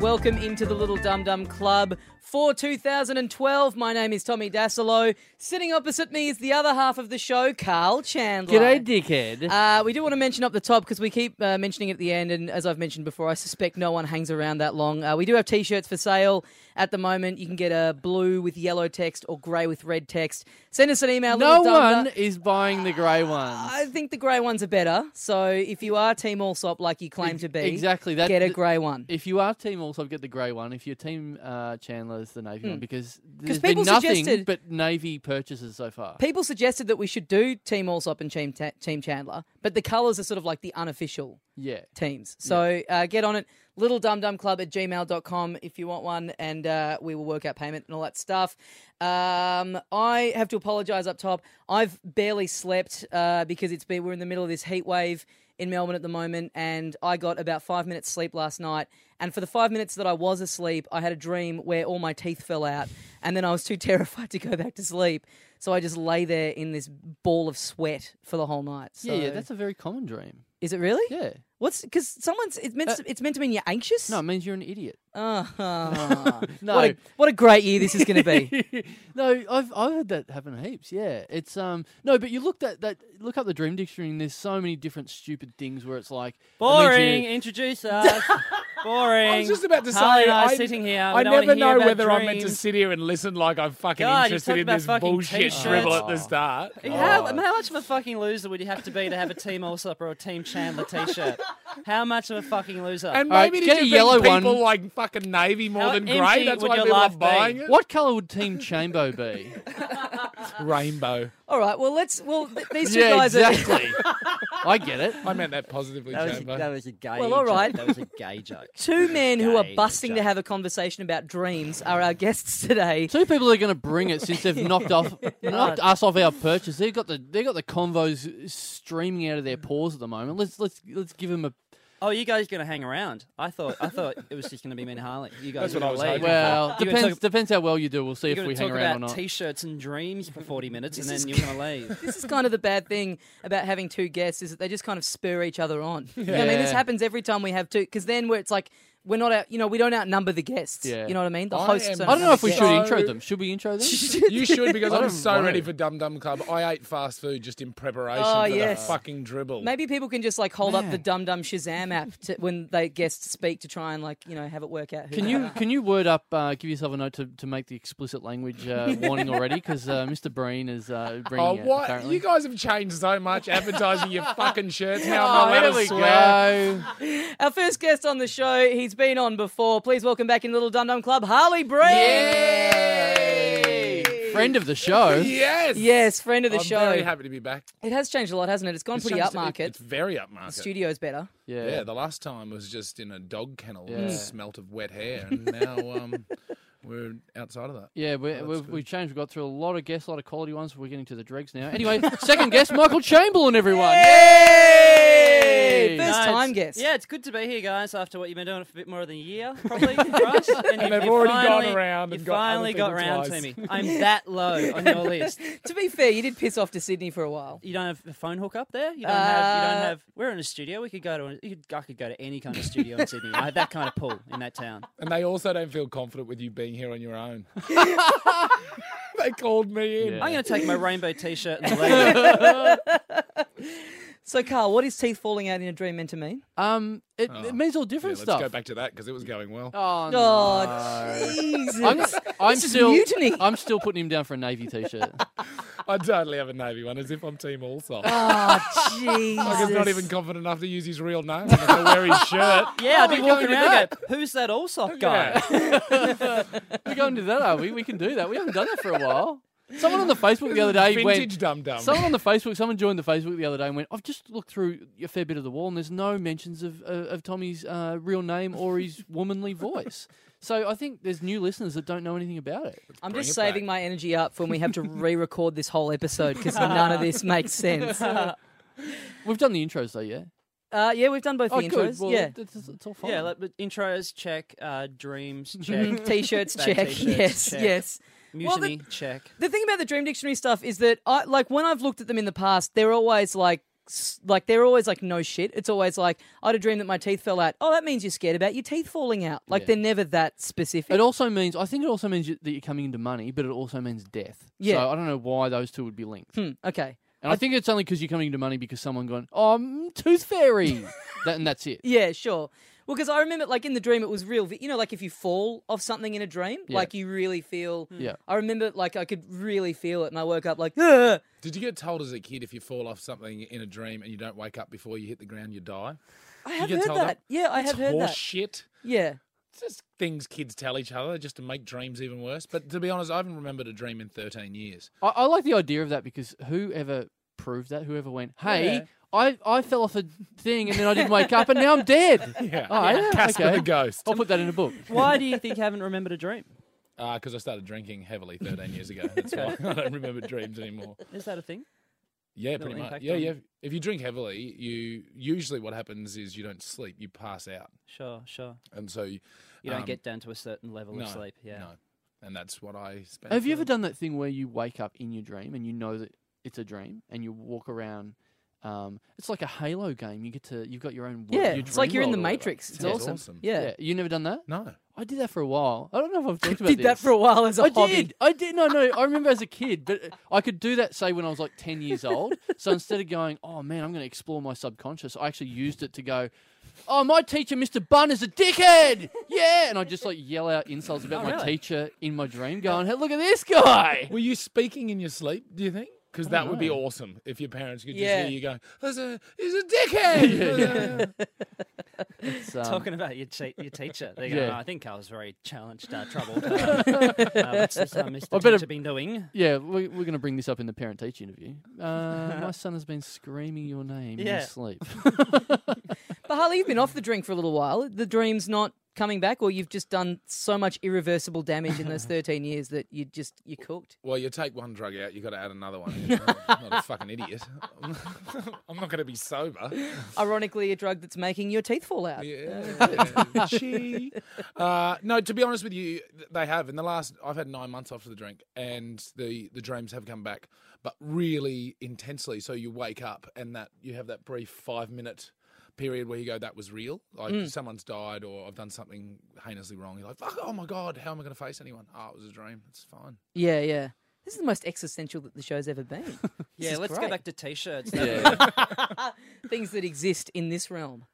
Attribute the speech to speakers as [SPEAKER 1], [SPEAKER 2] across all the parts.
[SPEAKER 1] Welcome into the Little Dum Dum Club for 2012. My name is Tommy Dasilo. Sitting opposite me is the other half of the show, Carl Chandler.
[SPEAKER 2] G'day, dickhead.
[SPEAKER 1] Uh, we do want to mention up the top because we keep uh, mentioning it at the end, and as I've mentioned before, I suspect no one hangs around that long. Uh, we do have T-shirts for sale at the moment. You can get a blue with yellow text or grey with red text. Send us an email.
[SPEAKER 2] no
[SPEAKER 1] Little Dum Dum-
[SPEAKER 2] one is buying the grey ones.
[SPEAKER 1] I think the grey ones are better. So if you are Team Allsop, like you claim to be,
[SPEAKER 2] Exactly. That,
[SPEAKER 1] get a grey one.
[SPEAKER 2] If you are team also get the grey one. If you're team uh, Chandler's the navy one because there's
[SPEAKER 1] Hmm. people
[SPEAKER 2] been nothing
[SPEAKER 1] suggested-
[SPEAKER 2] but navy purchases so far.
[SPEAKER 1] People suggested that we should do Team Allsop and Team, Ta- Team Chandler, but the colours are sort of like the unofficial
[SPEAKER 2] yeah.
[SPEAKER 1] teams. So uh, get on it, littledumdumclub at gmail.com if you want one, and uh, we will work out payment and all that stuff. Um, I have to apologise up top. I've barely slept uh, because it's been, we're in the middle of this heat wave in Melbourne at the moment, and I got about five minutes sleep last night. And for the five minutes that I was asleep, I had a dream where all my teeth fell out, and then I was too terrified to go back to sleep. So I just lay there in this ball of sweat for the whole night. So,
[SPEAKER 2] Yeah, yeah, that's a very common dream.
[SPEAKER 1] is it really?
[SPEAKER 2] Yeah.
[SPEAKER 1] What's because someone's it's meant
[SPEAKER 2] Uh,
[SPEAKER 1] to, it's meant to mean you're anxious.
[SPEAKER 2] No, it means you're an idiot.
[SPEAKER 1] Uh-huh.
[SPEAKER 2] No.
[SPEAKER 1] What a what a great year this is going to be.
[SPEAKER 2] no, I've I've heard that happen heaps. Yeah, it's um no, but you looked at that. Look up the dream dictionary, and there's so many different stupid things where it's like it means you-
[SPEAKER 3] Boring. Introduce us. Boring.
[SPEAKER 4] I was just about to say,
[SPEAKER 3] Harley and I, are
[SPEAKER 4] I-
[SPEAKER 3] sitting here.
[SPEAKER 4] I
[SPEAKER 3] we don't wanna
[SPEAKER 4] never
[SPEAKER 3] hear
[SPEAKER 4] know
[SPEAKER 3] about
[SPEAKER 4] whether I'm meant to
[SPEAKER 3] dreams.
[SPEAKER 4] sit here and listen like I'm fucking
[SPEAKER 3] God, you
[SPEAKER 4] interested
[SPEAKER 3] talked
[SPEAKER 4] in
[SPEAKER 3] about
[SPEAKER 4] this
[SPEAKER 3] fucking
[SPEAKER 4] bullshit
[SPEAKER 3] t-shirts. Oh.
[SPEAKER 4] drivel at the start.
[SPEAKER 3] How, how much of a fucking loser would you have to be to have a Team Allsop or a Team Chandler T-shirt? How much of a fucking loser?
[SPEAKER 4] And
[SPEAKER 2] All right,
[SPEAKER 4] maybe
[SPEAKER 2] get a
[SPEAKER 4] did you
[SPEAKER 2] yellow
[SPEAKER 4] think people
[SPEAKER 2] one.
[SPEAKER 4] like fucking navy more
[SPEAKER 3] How
[SPEAKER 4] than
[SPEAKER 3] empty
[SPEAKER 4] grey? That's
[SPEAKER 3] would
[SPEAKER 4] why
[SPEAKER 3] your
[SPEAKER 4] people are
[SPEAKER 3] life be?
[SPEAKER 4] buying it.
[SPEAKER 2] What colour would Team Chambo be?
[SPEAKER 4] rainbow?
[SPEAKER 1] All right, well let's well th- these two
[SPEAKER 2] yeah,
[SPEAKER 1] guys are.
[SPEAKER 2] exactly. I get it.
[SPEAKER 4] I meant that positively,
[SPEAKER 3] that, was a,
[SPEAKER 4] Chamber.
[SPEAKER 3] that was a gay.
[SPEAKER 1] Well, all
[SPEAKER 3] joke.
[SPEAKER 1] right.
[SPEAKER 3] That was a gay joke.
[SPEAKER 1] Two men who are
[SPEAKER 3] Gay
[SPEAKER 1] busting to
[SPEAKER 3] joke.
[SPEAKER 1] have a conversation about dreams are our guests today.
[SPEAKER 2] Two people are going to bring it since they've knocked off knocked us off our purchase. They've got the they have got the convos streaming out of their paws at the moment. Let's let's let's give them a
[SPEAKER 3] Oh, you guys gonna hang around? I thought I thought it was just gonna be me and Harley. You guys
[SPEAKER 4] That's
[SPEAKER 3] are
[SPEAKER 4] what I
[SPEAKER 3] gonna
[SPEAKER 4] was
[SPEAKER 3] leave.
[SPEAKER 4] hoping.
[SPEAKER 2] well
[SPEAKER 3] You're
[SPEAKER 2] depends
[SPEAKER 3] gonna talk,
[SPEAKER 2] depends how well you do. We'll see
[SPEAKER 3] you're
[SPEAKER 2] if
[SPEAKER 3] gonna
[SPEAKER 2] we hang
[SPEAKER 3] talk
[SPEAKER 2] around or
[SPEAKER 3] about
[SPEAKER 2] not.
[SPEAKER 3] T-shirts and dreams for 40 minutes, and then you're gonna leave.
[SPEAKER 1] This is kind of the bad thing about having two guests is that they just kind of spur each other on. You know what I mean, this
[SPEAKER 2] Yeah.
[SPEAKER 1] happens every time we have two because then where it's like we're not out, you know, we don't outnumber the guests.
[SPEAKER 2] Yeah.
[SPEAKER 1] You know what I mean? The
[SPEAKER 4] I
[SPEAKER 1] hosts.
[SPEAKER 4] am-
[SPEAKER 1] don't
[SPEAKER 2] I don't know if we should
[SPEAKER 1] outnumber
[SPEAKER 4] So-
[SPEAKER 2] intro them. Should we intro them?
[SPEAKER 1] the guests.
[SPEAKER 4] you should because
[SPEAKER 2] I
[SPEAKER 4] I'm
[SPEAKER 2] don't
[SPEAKER 4] so
[SPEAKER 2] know.
[SPEAKER 4] ready for Dum Dum Club. I ate fast food just in preparation
[SPEAKER 1] Oh,
[SPEAKER 4] for
[SPEAKER 1] yes.
[SPEAKER 4] the fucking dribble.
[SPEAKER 1] Maybe people can just like hold up the Dum Dum Shazam app to, when they guests speak to try and like you know have it work out. Who
[SPEAKER 2] Can
[SPEAKER 1] they
[SPEAKER 2] you
[SPEAKER 1] are.
[SPEAKER 2] can you word up? Uh, give yourself a note to, to make the explicit language uh, warning already, because uh, Mr. Breen is uh, bringing
[SPEAKER 4] Oh
[SPEAKER 2] it.
[SPEAKER 4] what?
[SPEAKER 2] Apparently.
[SPEAKER 4] You guys have changed so much advertising your fucking shirts. Now
[SPEAKER 2] Oh,
[SPEAKER 4] I'm not
[SPEAKER 2] there
[SPEAKER 4] allowed
[SPEAKER 2] we
[SPEAKER 4] to swear.
[SPEAKER 2] go.
[SPEAKER 1] Our first guest on the show, he's been on before. Please welcome back in Little Dum Dum Club, Harley Breen.
[SPEAKER 2] Yay! Friend of the show.
[SPEAKER 4] Yes.
[SPEAKER 1] Yes, friend of the
[SPEAKER 4] I'm
[SPEAKER 1] show.
[SPEAKER 4] very happy to be back.
[SPEAKER 1] It has changed a lot, hasn't it? It's gone
[SPEAKER 4] It's
[SPEAKER 1] pretty
[SPEAKER 4] changed- it-
[SPEAKER 1] upmarket.
[SPEAKER 4] It's very upmarket.
[SPEAKER 1] Studio's better.
[SPEAKER 4] Yeah. the last time was just in a dog kennel and
[SPEAKER 2] Yeah.
[SPEAKER 4] smelt of wet hair, and now um, we're outside of that.
[SPEAKER 2] Yeah, we,
[SPEAKER 4] that's
[SPEAKER 2] we've,
[SPEAKER 4] good.
[SPEAKER 2] we've changed. We've got through a lot of guests, a lot of quality ones. We're getting to the dregs now. Anyway, second guest, Michael Chamberlain, everyone. Yay!
[SPEAKER 1] First
[SPEAKER 3] No,
[SPEAKER 1] time
[SPEAKER 3] it's-
[SPEAKER 1] guest.
[SPEAKER 3] Yeah, it's good to be here, guys. After what you've been doing for a bit more than a year, probably. for us. And, you-
[SPEAKER 4] they've
[SPEAKER 3] you
[SPEAKER 4] already gone
[SPEAKER 3] finally-
[SPEAKER 4] around
[SPEAKER 3] You
[SPEAKER 4] and got other
[SPEAKER 3] finally got
[SPEAKER 4] people's
[SPEAKER 3] round to
[SPEAKER 4] lives.
[SPEAKER 3] me. I'm that low on your list.
[SPEAKER 1] To be fair, you did piss off to Sydney for a while.
[SPEAKER 3] You don't have a phone hookup there. You don't have. You
[SPEAKER 1] Uh,
[SPEAKER 3] don't have. We're in a studio. We could go to. a- You could, I could go to any kind of studio in Sydney. I had that kind of pull in that town.
[SPEAKER 4] And they also don't feel confident with you being here on your own. they called me in.
[SPEAKER 2] Yeah.
[SPEAKER 3] I'm going to take my rainbow T-shirt and leave.
[SPEAKER 1] So, Carl, what is teeth falling out in a dream meant to mean?
[SPEAKER 2] Um, it,
[SPEAKER 4] Oh.
[SPEAKER 2] it means all
[SPEAKER 4] Yeah,
[SPEAKER 2] different
[SPEAKER 4] let's
[SPEAKER 2] stuff.
[SPEAKER 4] go back to that because it was going well.
[SPEAKER 2] Oh, no.
[SPEAKER 1] Oh, Jesus.
[SPEAKER 2] I'm, I'm
[SPEAKER 1] is
[SPEAKER 2] still
[SPEAKER 1] mutiny.
[SPEAKER 2] I'm still putting him down for a navy t-shirt.
[SPEAKER 4] I totally have a navy one, as if I'm Team Allsop.
[SPEAKER 1] Oh, Jesus.
[SPEAKER 4] like he's not even confident enough to use his real name. Like I wear his shirt.
[SPEAKER 3] Yeah, I'd be
[SPEAKER 4] we're
[SPEAKER 3] walking
[SPEAKER 4] going
[SPEAKER 3] around.
[SPEAKER 4] with
[SPEAKER 3] and Go, Who's that Allsop guy?
[SPEAKER 4] Yeah.
[SPEAKER 2] We're going to that, are we? We can do that. We haven't done that for a while. Someone on the Facebook the other day went.
[SPEAKER 4] Vintage dum dum.
[SPEAKER 2] Someone on the Facebook, someone joined the Facebook the other day and went, I've just looked through a fair bit of the wall and there's no mentions of, uh, of Tommy's uh, real name or his womanly voice. So I think there's new listeners that don't know anything about it.
[SPEAKER 1] I'm
[SPEAKER 4] Bring
[SPEAKER 1] just
[SPEAKER 4] it back.
[SPEAKER 1] saving my energy up for when we have to re-record this whole episode because none of this makes sense. Uh,
[SPEAKER 2] We've done the intros though, yeah?
[SPEAKER 1] yeah, we've done both the intros.
[SPEAKER 2] Oh, Well,
[SPEAKER 1] yeah,
[SPEAKER 2] It's, it's all fine.
[SPEAKER 3] Yeah, like, but intros check, uh, dreams check,
[SPEAKER 1] Mm, t-shirts
[SPEAKER 3] Bad
[SPEAKER 1] check.
[SPEAKER 3] t-shirts,
[SPEAKER 1] yes,
[SPEAKER 3] check.
[SPEAKER 1] yes. Well,
[SPEAKER 3] mutiny check.
[SPEAKER 1] The thing about the Dream Dictionary stuff is that I like when I've looked at them in the past, they're always like s- like they're always like no shit. It's always like I had a dream that my teeth fell out. Oh, that means you're scared about your teeth falling out. Like
[SPEAKER 2] Yeah.
[SPEAKER 1] they're never that specific.
[SPEAKER 2] It also means I think it also means you- that you're coming into money, but it also means death.
[SPEAKER 1] Yeah.
[SPEAKER 2] So I don't know why those two would be linked.
[SPEAKER 1] Hmm, okay.
[SPEAKER 2] And I, think it's only because you're coming into money because someone gone, oh, mm, tooth fairy, that, and that's it.
[SPEAKER 1] Yeah, sure. Well, because I remember, like in the dream, it was real. vi- You know, like if you fall off something in a dream,
[SPEAKER 2] Yeah. Hmm.
[SPEAKER 1] like you really feel.
[SPEAKER 2] Yeah.
[SPEAKER 1] I remember, like I could really feel it, and I woke up like, "Ugh."
[SPEAKER 4] Did you get told as a kid if you fall off something in a dream and you don't wake up before you hit the ground, you die?
[SPEAKER 1] I have
[SPEAKER 4] get
[SPEAKER 1] heard that.
[SPEAKER 4] told that?
[SPEAKER 1] Yeah, I have
[SPEAKER 4] It's
[SPEAKER 1] heard
[SPEAKER 4] horse
[SPEAKER 1] that.
[SPEAKER 4] shit.
[SPEAKER 1] Yeah.
[SPEAKER 4] It's just things kids tell each other just to make dreams even worse. But to be honest, I haven't remembered a dream in 13 years.
[SPEAKER 2] I, I like the idea of that because whoever proved that, whoever went, hey,
[SPEAKER 4] Yeah.
[SPEAKER 2] I, I fell off a thing and then I didn't wake up and now I'm dead.
[SPEAKER 4] Yeah.
[SPEAKER 2] Oh, yeah,
[SPEAKER 4] Casper
[SPEAKER 2] okay.
[SPEAKER 4] the Ghost.
[SPEAKER 2] I'll put that in a book.
[SPEAKER 3] Why do you think you haven't remembered a dream?
[SPEAKER 4] Because Uh, I started drinking heavily 13 years ago. That's why I don't remember dreams anymore.
[SPEAKER 3] Is that a thing?
[SPEAKER 4] Yeah,
[SPEAKER 3] Little
[SPEAKER 4] pretty much.
[SPEAKER 3] impact
[SPEAKER 4] Yeah,
[SPEAKER 3] on-
[SPEAKER 4] yeah. If you drink heavily, you usually what happens is you don't sleep, you pass out.
[SPEAKER 3] Sure, sure.
[SPEAKER 4] And so you,
[SPEAKER 3] You don't
[SPEAKER 4] Um,
[SPEAKER 3] get down to a certain level of sleep. Yeah.
[SPEAKER 4] No. And that's what I spent.
[SPEAKER 2] Have you ever done
[SPEAKER 4] doing.
[SPEAKER 2] that thing where you wake up in your dream and you know that it's a dream and you walk around? Um, it's like a Halo game. You get to you've got your own. World,
[SPEAKER 1] Yeah.
[SPEAKER 2] your
[SPEAKER 1] It's like
[SPEAKER 2] dream
[SPEAKER 1] you're in the
[SPEAKER 2] world or whatever.
[SPEAKER 1] Matrix. It's
[SPEAKER 4] Sounds
[SPEAKER 1] awesome.
[SPEAKER 4] awesome.
[SPEAKER 1] Yeah.
[SPEAKER 2] Yeah, you never done that.
[SPEAKER 4] No.
[SPEAKER 2] I did that for a while. I don't know if I've talked about
[SPEAKER 1] Did
[SPEAKER 2] this.
[SPEAKER 1] that for a while as a
[SPEAKER 2] I
[SPEAKER 1] hobby.
[SPEAKER 2] did. I did. No, no. I remember as a kid, but uh, I could do that. Say when I was like ten years old. So instead of going, oh man, I'm going to explore my subconscious, I actually used it to go, oh my teacher, Mr. Bun, is a dickhead. Yeah, and I just like yell out insults about
[SPEAKER 3] Oh,
[SPEAKER 2] my
[SPEAKER 3] really?
[SPEAKER 2] teacher in my dream, going, hey, look at this guy.
[SPEAKER 4] Were you speaking in your sleep, do you think? Because that would be awesome if your parents could just
[SPEAKER 1] Yeah.
[SPEAKER 4] hear you go, There's a, he's a dickhead.
[SPEAKER 2] It's, um,
[SPEAKER 3] Talking about your te- your teacher, they go,
[SPEAKER 2] Yeah.
[SPEAKER 3] "Oh, I think I was very challenged, uh, troubled. Uh, uh, what's this uh, Mr.
[SPEAKER 2] I better-
[SPEAKER 3] Teacher been doing?
[SPEAKER 2] Yeah, we, we're going to bring this up in the parent teacher interview. Uh, my son has been screaming your name in
[SPEAKER 3] Yeah.
[SPEAKER 2] his sleep.
[SPEAKER 1] But Harley, you've been off the drink for a little while. The dream's not coming back, or you've just done so much irreversible damage in those 13 years that you just you cooked.
[SPEAKER 4] Well, you take one drug out, you got to add another one. in. I'm not a fucking idiot. I'm not going to be sober.
[SPEAKER 1] Ironically, a drug that's making your teeth fall out.
[SPEAKER 4] Yeah. Gee. uh, no, to be honest with you, th- they have. In the last, I've had nine months off the drink, and the the dreams have come back, but really intensely. So you wake up, and that you have that brief five minute period where you go, "That was real." Like
[SPEAKER 2] Hmm.
[SPEAKER 4] someone's died, or I've done something heinously wrong. You're like, "Fuck! Oh my god! How am I going to face anyone?" Oh, it was a dream. It's fine.
[SPEAKER 1] Yeah, yeah. This is the most existential that the show's ever been. This
[SPEAKER 3] Yeah,
[SPEAKER 1] is
[SPEAKER 3] let's
[SPEAKER 1] great.
[SPEAKER 3] go back to t-shirts.
[SPEAKER 1] Things that exist in this realm.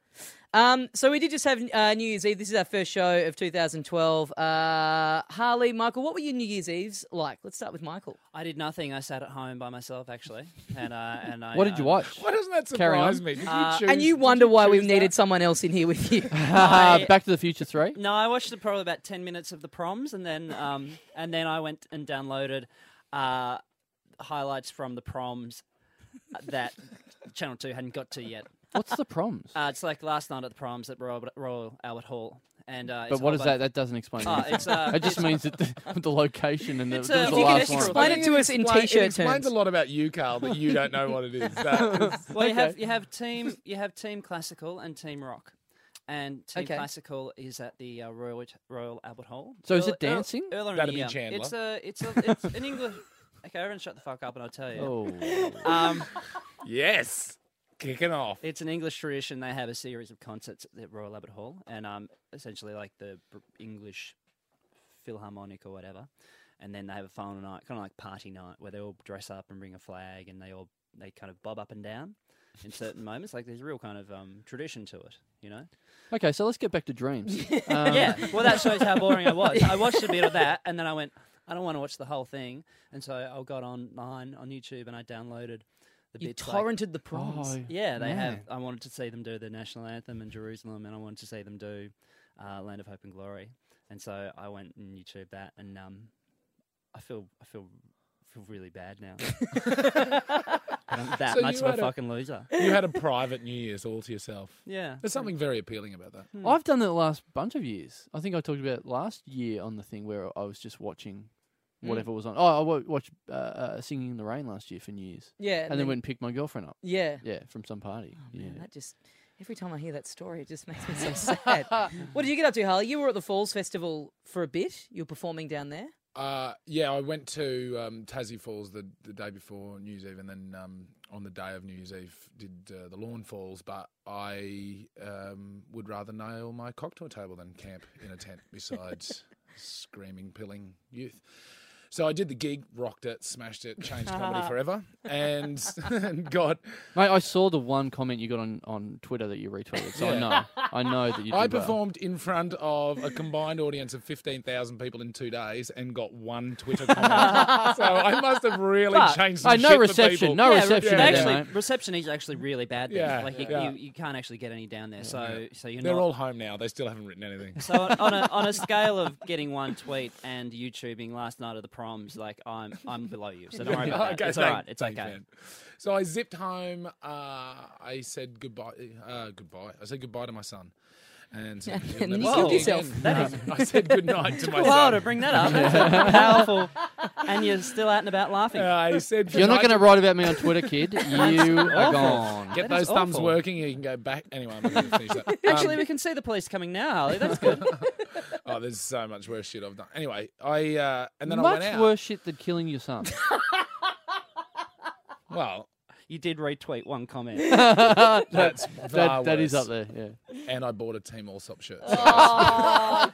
[SPEAKER 1] Um, so we did just have uh, New Year's Eve. This is our first show of 2012. Uh, Harley, Michael, what were your New Year's Eves like? Let's start with Michael.
[SPEAKER 3] I did nothing. I sat at home by myself actually, and uh, and I.
[SPEAKER 2] What did you
[SPEAKER 3] uh,
[SPEAKER 2] watch?
[SPEAKER 4] Why doesn't that
[SPEAKER 2] Carry on.
[SPEAKER 4] surprise me? Did you
[SPEAKER 3] Uh,
[SPEAKER 4] choose,
[SPEAKER 1] and you
[SPEAKER 4] did
[SPEAKER 1] wonder why we
[SPEAKER 4] choose
[SPEAKER 1] needed
[SPEAKER 4] that?
[SPEAKER 1] someone else in here with you.
[SPEAKER 2] Uh,
[SPEAKER 3] I-
[SPEAKER 2] Back to the Future 3?
[SPEAKER 3] No, I watched the, probably about ten minutes of the proms, and then um, and then I went and downloaded uh, highlights from the proms that Channel Two hadn't got to yet.
[SPEAKER 2] What's the proms?
[SPEAKER 3] Uh, it's like last night at the proms at Royal, Royal Albert Hall, and uh,
[SPEAKER 2] but
[SPEAKER 3] it's
[SPEAKER 2] what
[SPEAKER 3] a
[SPEAKER 2] is
[SPEAKER 3] whole
[SPEAKER 2] that?
[SPEAKER 3] bunch-
[SPEAKER 2] That doesn't explain
[SPEAKER 3] Uh,
[SPEAKER 2] anything.
[SPEAKER 3] it's uh,
[SPEAKER 2] It just means that the, the location and the,
[SPEAKER 3] It's,
[SPEAKER 2] that was the
[SPEAKER 3] uh, if you could
[SPEAKER 2] last
[SPEAKER 1] explain
[SPEAKER 2] one.
[SPEAKER 1] Explain it to us in
[SPEAKER 4] Explain-
[SPEAKER 1] t-shirt
[SPEAKER 4] It explains
[SPEAKER 1] terms.
[SPEAKER 4] a lot about you, Carl, that you don't know what it is. That is
[SPEAKER 3] Well, you have you have team you have team classical and team rock, and team
[SPEAKER 1] Okay.
[SPEAKER 3] classical is at the uh, Royal Royal Albert Hall.
[SPEAKER 2] So is
[SPEAKER 3] Earl-
[SPEAKER 2] it
[SPEAKER 3] Earl-
[SPEAKER 2] dancing?
[SPEAKER 3] earlier in
[SPEAKER 4] That'd
[SPEAKER 3] the
[SPEAKER 4] be
[SPEAKER 3] year.
[SPEAKER 4] Chandler.
[SPEAKER 3] It's a it's a it's an English. Okay, everyone, shut the fuck up, and I'll tell you.
[SPEAKER 2] Oh.
[SPEAKER 3] Um,
[SPEAKER 4] Yes. Kicking off.
[SPEAKER 3] it's an English tradition. They have a series of concerts at the Royal Albert Hall, and um, essentially like the Br- English Philharmonic or whatever, and then they have a final night, kind of like party night, where they all dress up and bring a flag, and they all they kind of bob up and down in certain moments. Like there's a real kind of um, tradition to it, you know.
[SPEAKER 2] Oh. Okay, so let's get back to dreams. Um,
[SPEAKER 3] yeah. Well, that shows how boring I was. I watched a bit of that, and then I went, I don't want to watch the whole thing, and so I got online on YouTube and I downloaded the
[SPEAKER 1] You
[SPEAKER 3] bits. like-
[SPEAKER 1] torrented the proms.
[SPEAKER 2] Oh,
[SPEAKER 3] yeah, they have.
[SPEAKER 2] man.
[SPEAKER 3] I wanted to see them do the national anthem in Jerusalem, and I wanted to see them do uh, "Land of Hope and Glory," and so I went and YouTube that, and um, I feel I feel feel really bad now. I'm that
[SPEAKER 4] So
[SPEAKER 3] much
[SPEAKER 4] you
[SPEAKER 3] of a
[SPEAKER 4] had a-
[SPEAKER 3] fucking loser.
[SPEAKER 4] You had a private New Year's all to yourself.
[SPEAKER 3] Yeah.
[SPEAKER 4] There's something very appealing about that.
[SPEAKER 3] Hmm.
[SPEAKER 2] I've done that the last bunch of years. I think I talked about it last year on the thing where I was just watching
[SPEAKER 3] Hmm.
[SPEAKER 2] whatever was on. Oh, I wa- watched uh, uh, Singing in the Rain last year for New Year's.
[SPEAKER 1] Yeah.
[SPEAKER 3] Uh,
[SPEAKER 2] And, then went and picked my girlfriend up.
[SPEAKER 3] Oh,
[SPEAKER 1] Yeah.
[SPEAKER 2] Yeah, from some party. yeah.
[SPEAKER 1] Man, that just every time I hear that story, it just makes me so sad. what did you get up to, Harley? You were at the Falls Festival for a bit. You were performing down there.
[SPEAKER 4] Uh, yeah, I went to um, Tassie Falls the, the day before New Year's Eve and then um, on the day of New Year's Eve did uh, the lawn falls, but I um, would rather nail my cocktail table than camp in a tent besides screaming, pilling youth. So I did the gig, rocked it, smashed it, changed comedy forever, and, and got.
[SPEAKER 2] Mate, I saw the one comment you got on, on Twitter that you retweeted, so I
[SPEAKER 4] Yeah.
[SPEAKER 2] know. I know that you did
[SPEAKER 4] I
[SPEAKER 2] well.
[SPEAKER 4] performed in front of a combined audience of 15,000 people in two days and got one Twitter comment. so I must have really
[SPEAKER 3] But-
[SPEAKER 4] changed some
[SPEAKER 2] Hey, no
[SPEAKER 4] shit for
[SPEAKER 2] reception.
[SPEAKER 4] people.
[SPEAKER 2] No
[SPEAKER 3] Yeah,
[SPEAKER 2] reception.
[SPEAKER 4] yeah.
[SPEAKER 2] in there,
[SPEAKER 4] Actually-
[SPEAKER 2] mate.
[SPEAKER 3] reception is actually really bad. There.
[SPEAKER 4] Yeah,
[SPEAKER 3] like you,
[SPEAKER 4] yeah.
[SPEAKER 3] you, you can't actually get any down there. So so you're
[SPEAKER 4] They're
[SPEAKER 3] not.
[SPEAKER 4] all home now. They still haven't written anything.
[SPEAKER 3] so on on a, on a scale of getting one tweet and YouTubing last night of the proms, like I'm I'm below you. So don't worry about that.
[SPEAKER 4] Okay,
[SPEAKER 3] it's
[SPEAKER 4] thank-
[SPEAKER 3] all right. It's
[SPEAKER 4] thank
[SPEAKER 3] okay.
[SPEAKER 4] you, man. So I zipped home. Uh, I said goodbye. Uh, goodbye. I said goodbye to my son. And, said,
[SPEAKER 1] And
[SPEAKER 4] "You'll
[SPEAKER 1] then
[SPEAKER 4] never
[SPEAKER 1] you
[SPEAKER 4] see
[SPEAKER 1] killed
[SPEAKER 4] me
[SPEAKER 1] yourself.
[SPEAKER 4] again."
[SPEAKER 3] That
[SPEAKER 4] No, I said goodnight to my
[SPEAKER 3] Wow, to
[SPEAKER 4] son.
[SPEAKER 3] bring that up, that's powerful. And you're still out and about laughing.
[SPEAKER 4] Uh, I said
[SPEAKER 2] If you're not going
[SPEAKER 4] goodnight
[SPEAKER 2] to write about me on Twitter, kid, you are gone.
[SPEAKER 3] That
[SPEAKER 4] Get those
[SPEAKER 3] is
[SPEAKER 4] thumbs
[SPEAKER 3] awful.
[SPEAKER 4] working. You can go back. Anyway, I'm going to finish that. Um,
[SPEAKER 3] Actually, we can see the police coming now, Harley. That's good.
[SPEAKER 4] oh, there's so much worse shit I've done. Anyway, I uh, and then I
[SPEAKER 2] Much
[SPEAKER 4] went out.
[SPEAKER 2] worse shit than killing your son.
[SPEAKER 4] Well,
[SPEAKER 3] You did retweet one comment.
[SPEAKER 4] that's far
[SPEAKER 2] That, that is
[SPEAKER 4] worse.
[SPEAKER 2] up there, yeah.
[SPEAKER 4] And I bought a Team All Sop shirt.
[SPEAKER 1] Oh.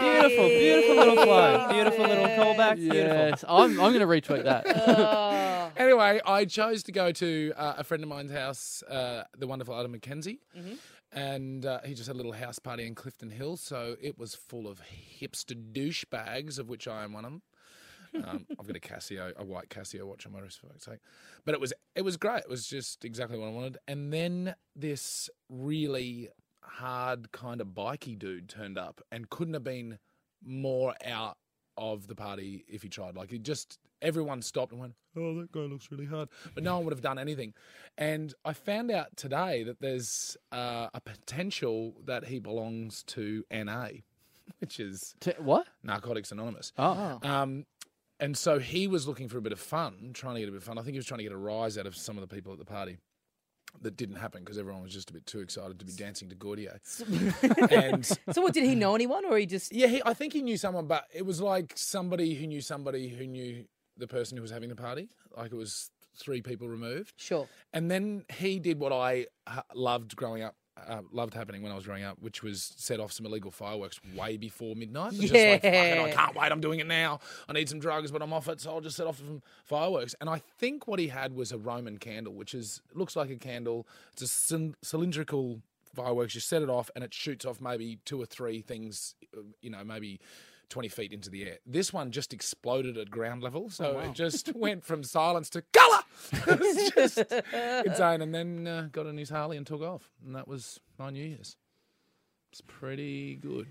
[SPEAKER 3] Beautiful, beautiful little flow. Beautiful little callback. Beautiful.
[SPEAKER 2] Yes, I'm, I'm going to retweet that.
[SPEAKER 4] Anyway, I chose to go to uh, a friend of mine's house, uh, the wonderful Adam McKenzie, and uh, he just had a little house party in Clifton Hill. So it was full of hipster douchebags, of which I am one of them. Um, I've got a Casio, a white Casio watch on my wrist for fuck's sake. But it was it was great. It was just exactly what I wanted. And then this really hard kind of bikey dude turned up and couldn't have been more out of the party if he tried. Like he just everyone stopped and went, "Oh, that guy looks really hard," but no one would have done anything. And I found out today that there's uh, a potential that he belongs to NA, which is
[SPEAKER 2] T- what?
[SPEAKER 4] Narcotics Anonymous.
[SPEAKER 2] Oh.
[SPEAKER 4] Um, and so he was looking for a bit of fun, trying to get a bit of fun. I think he was trying to get a rise out of some of the people at the party. That didn't happen because everyone was just a bit too excited to be dancing to Gaudier. and
[SPEAKER 1] So, what did he know anyone, or he just?
[SPEAKER 4] yeah, he, I think he knew someone, but it was like somebody who knew somebody who knew the person who was having the party. Like it was three people removed.
[SPEAKER 1] Sure.
[SPEAKER 4] And then he did what I uh, loved growing up, uh, loved happening when I was growing up, which was set off some illegal fireworks way before midnight. It was Just like, "Fuck it, I
[SPEAKER 1] Yeah.
[SPEAKER 4] can't wait, I'm doing it now. I need some drugs, but I'm off it, so I'll just set off some fireworks. And I think what he had was a Roman candle, which is looks like a candle. It's a cyn- cylindrical fireworks. You set it off, and it shoots off maybe two or three things, uh, you know, maybe. 20 feet into the air. This one just exploded at ground level. So it just went from silence to colour. it's just insane. And then uh, got in his Harley and took off. And that was my New Year's. It's pretty good.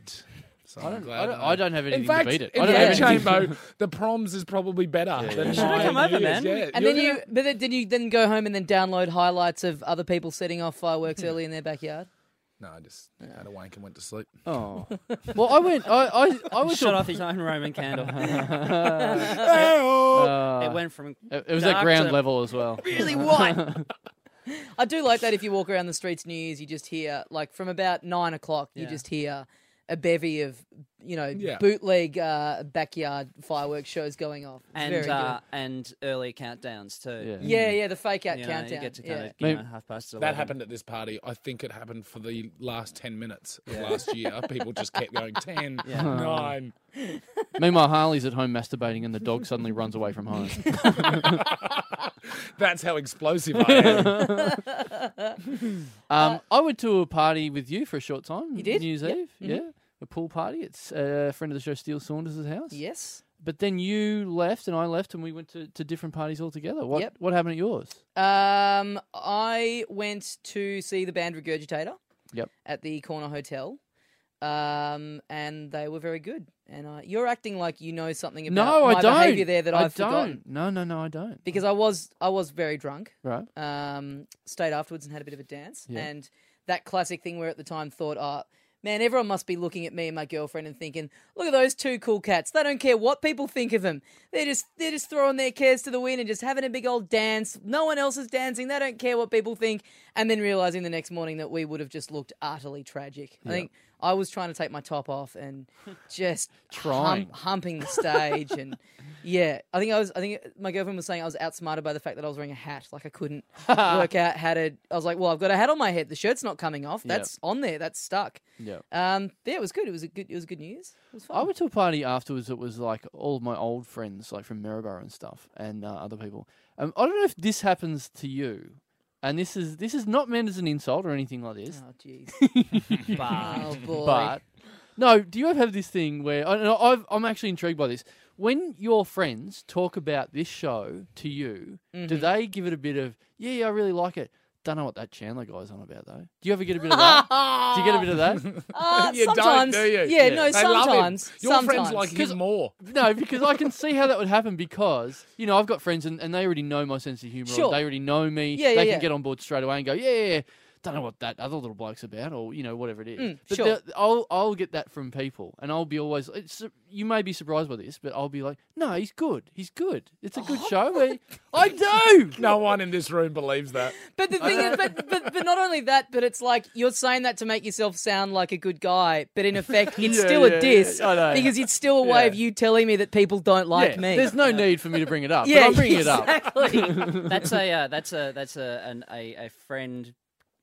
[SPEAKER 4] So
[SPEAKER 2] I
[SPEAKER 4] I'm
[SPEAKER 2] don't,
[SPEAKER 4] glad
[SPEAKER 2] I, don't, I don't have anything
[SPEAKER 4] in fact,
[SPEAKER 2] to beat it.
[SPEAKER 4] in
[SPEAKER 2] I don't
[SPEAKER 4] that
[SPEAKER 2] have anything-
[SPEAKER 4] chamber, the proms is probably better than
[SPEAKER 3] should've
[SPEAKER 4] my
[SPEAKER 3] come over,
[SPEAKER 4] New Year's.
[SPEAKER 3] man.
[SPEAKER 4] Yeah,
[SPEAKER 1] And
[SPEAKER 4] you're
[SPEAKER 1] then you,
[SPEAKER 4] gonna-
[SPEAKER 1] but then, did you then go home and then download highlights of other people setting off fireworks early in their backyard?
[SPEAKER 4] No, I just had a wank and went to sleep.
[SPEAKER 2] Oh. Well, I went, I, I, I
[SPEAKER 3] He
[SPEAKER 2] went
[SPEAKER 3] shut
[SPEAKER 2] to.
[SPEAKER 3] off his own Roman candle.
[SPEAKER 2] Uh,
[SPEAKER 3] it went from
[SPEAKER 2] it was at
[SPEAKER 3] dark
[SPEAKER 2] ground
[SPEAKER 3] to-
[SPEAKER 2] level as well.
[SPEAKER 1] Really, what? I do like that. If you walk around the streets New Year's, you just hear like from about nine o'clock, you
[SPEAKER 3] Yeah.
[SPEAKER 1] just hear a bevy of you know
[SPEAKER 4] Yeah.
[SPEAKER 1] bootleg uh, backyard fireworks shows going off. It's very
[SPEAKER 3] and
[SPEAKER 1] good.
[SPEAKER 3] uh, and early countdowns
[SPEAKER 2] Yeah.
[SPEAKER 3] too.
[SPEAKER 1] yeah, yeah, the fake out
[SPEAKER 3] You know,
[SPEAKER 1] countdown.
[SPEAKER 3] You get to kind
[SPEAKER 1] yeah.
[SPEAKER 3] of you know,
[SPEAKER 2] Maybe-
[SPEAKER 3] half past eleven.
[SPEAKER 4] That happened at this party. I think it happened for the last 10 minutes of last year. People just kept going 10, 9.
[SPEAKER 2] Meanwhile, Harley's at home masturbating, and the dog suddenly runs away from home.
[SPEAKER 4] That's how explosive I am.
[SPEAKER 2] Um, I went to a party with you for a short time.
[SPEAKER 1] You did?
[SPEAKER 2] New Year's
[SPEAKER 1] Yep.
[SPEAKER 2] Eve, yeah, a pool party. It's uh, a friend of the show, Steele Saunders' house.
[SPEAKER 1] Yes.
[SPEAKER 2] But then you left, and I left, and we went to, to different parties altogether. What
[SPEAKER 1] Yep.
[SPEAKER 2] what happened at yours?
[SPEAKER 1] Um, I went to see the band Regurgitator.
[SPEAKER 2] Yep.
[SPEAKER 1] At the Corner Hotel, um, and they were very good. And I, you're acting like you know something about
[SPEAKER 2] no,
[SPEAKER 1] my
[SPEAKER 2] I don't.
[SPEAKER 1] behavior there that
[SPEAKER 2] I
[SPEAKER 1] have
[SPEAKER 2] don't.
[SPEAKER 1] forgotten
[SPEAKER 2] No, no, no, I don't.
[SPEAKER 1] because I was I was very drunk.
[SPEAKER 2] Right.
[SPEAKER 1] Um, stayed afterwards and had a bit of a dance,
[SPEAKER 2] Yeah.
[SPEAKER 1] and that classic thing where at the time thought, oh. Man, everyone must be looking at me and my girlfriend and thinking, "Look at those two cool cats. They don't care what people think of them. They're just they're just throwing their cares to the wind and just having a big old dance. No one else is dancing. They don't care what people think." and then realizing the next morning that we would have just looked utterly tragic. I think I was trying to take my top off and just
[SPEAKER 2] Trying.
[SPEAKER 1] hum- humping the stage, and yeah, I think I was. I think my girlfriend was saying I was outsmarted by the fact that I was wearing a hat. Like I couldn't work out how to. I was like, well, I've got a hat on my head. The shirt's not coming off. That's on there. That's stuck.
[SPEAKER 2] Yeah.
[SPEAKER 1] Um. Yeah, it was good. It was a good. It was good news. It was fun.
[SPEAKER 2] I
[SPEAKER 4] Oh.
[SPEAKER 2] went to a party afterwards that was like all of my old friends, like from Maryborough and stuff, and uh, other people. Um, I don't know if this happens to you, and this is this is not meant as an insult or anything like this,
[SPEAKER 1] Oh jeez.
[SPEAKER 3] But
[SPEAKER 1] Oh boy.
[SPEAKER 2] but no, do you ever have this thing where I, no, I've, I'm actually intrigued by this? When your friends talk about this show to you, do they give it a bit of yeah, yeah, I really like it? Don't know what that Chandler guy's on about though. Do you ever get a bit of that? do you get a bit of that?
[SPEAKER 1] Uh,
[SPEAKER 4] You don't,
[SPEAKER 1] sometimes.
[SPEAKER 4] do you?
[SPEAKER 1] Yeah, no,
[SPEAKER 4] They love him.
[SPEAKER 1] sometimes.
[SPEAKER 4] Your
[SPEAKER 1] sometimes.
[SPEAKER 4] friends like
[SPEAKER 2] Because-
[SPEAKER 4] him more.
[SPEAKER 2] No, because I can see how that would happen because, you know, I've got friends and, and they already know my sense of humour. or
[SPEAKER 1] Sure.
[SPEAKER 2] They already know me.
[SPEAKER 1] Yeah, yeah,
[SPEAKER 2] they can
[SPEAKER 1] yeah.
[SPEAKER 2] get on board straight away and go, yeah, yeah, yeah. Don't know what that other little bloke's about or, you know, whatever it is.
[SPEAKER 1] Mm,
[SPEAKER 2] but
[SPEAKER 1] sure.
[SPEAKER 2] they'll- I'll, I'll get that from people and I'll be always, it's, you may be surprised by this, but I'll be like, no, he's good. He's good. It's a good
[SPEAKER 1] Oh.
[SPEAKER 2] show. mate." I do.
[SPEAKER 4] No one in this room believes that.
[SPEAKER 1] But the thing is, but, but but not only that, but it's like you're saying that to make yourself sound like a good guy, but in effect, it's
[SPEAKER 2] Yeah,
[SPEAKER 1] still
[SPEAKER 2] yeah,
[SPEAKER 1] a diss
[SPEAKER 2] yeah, I know.
[SPEAKER 1] because it's still a way of you telling me that people don't like
[SPEAKER 2] Yeah,
[SPEAKER 1] me.
[SPEAKER 2] There's no need for me to bring it up,
[SPEAKER 1] yeah,
[SPEAKER 2] but I'm bringing it up.
[SPEAKER 1] exactly.
[SPEAKER 3] that's a uh, that's a that's a an, a, a friend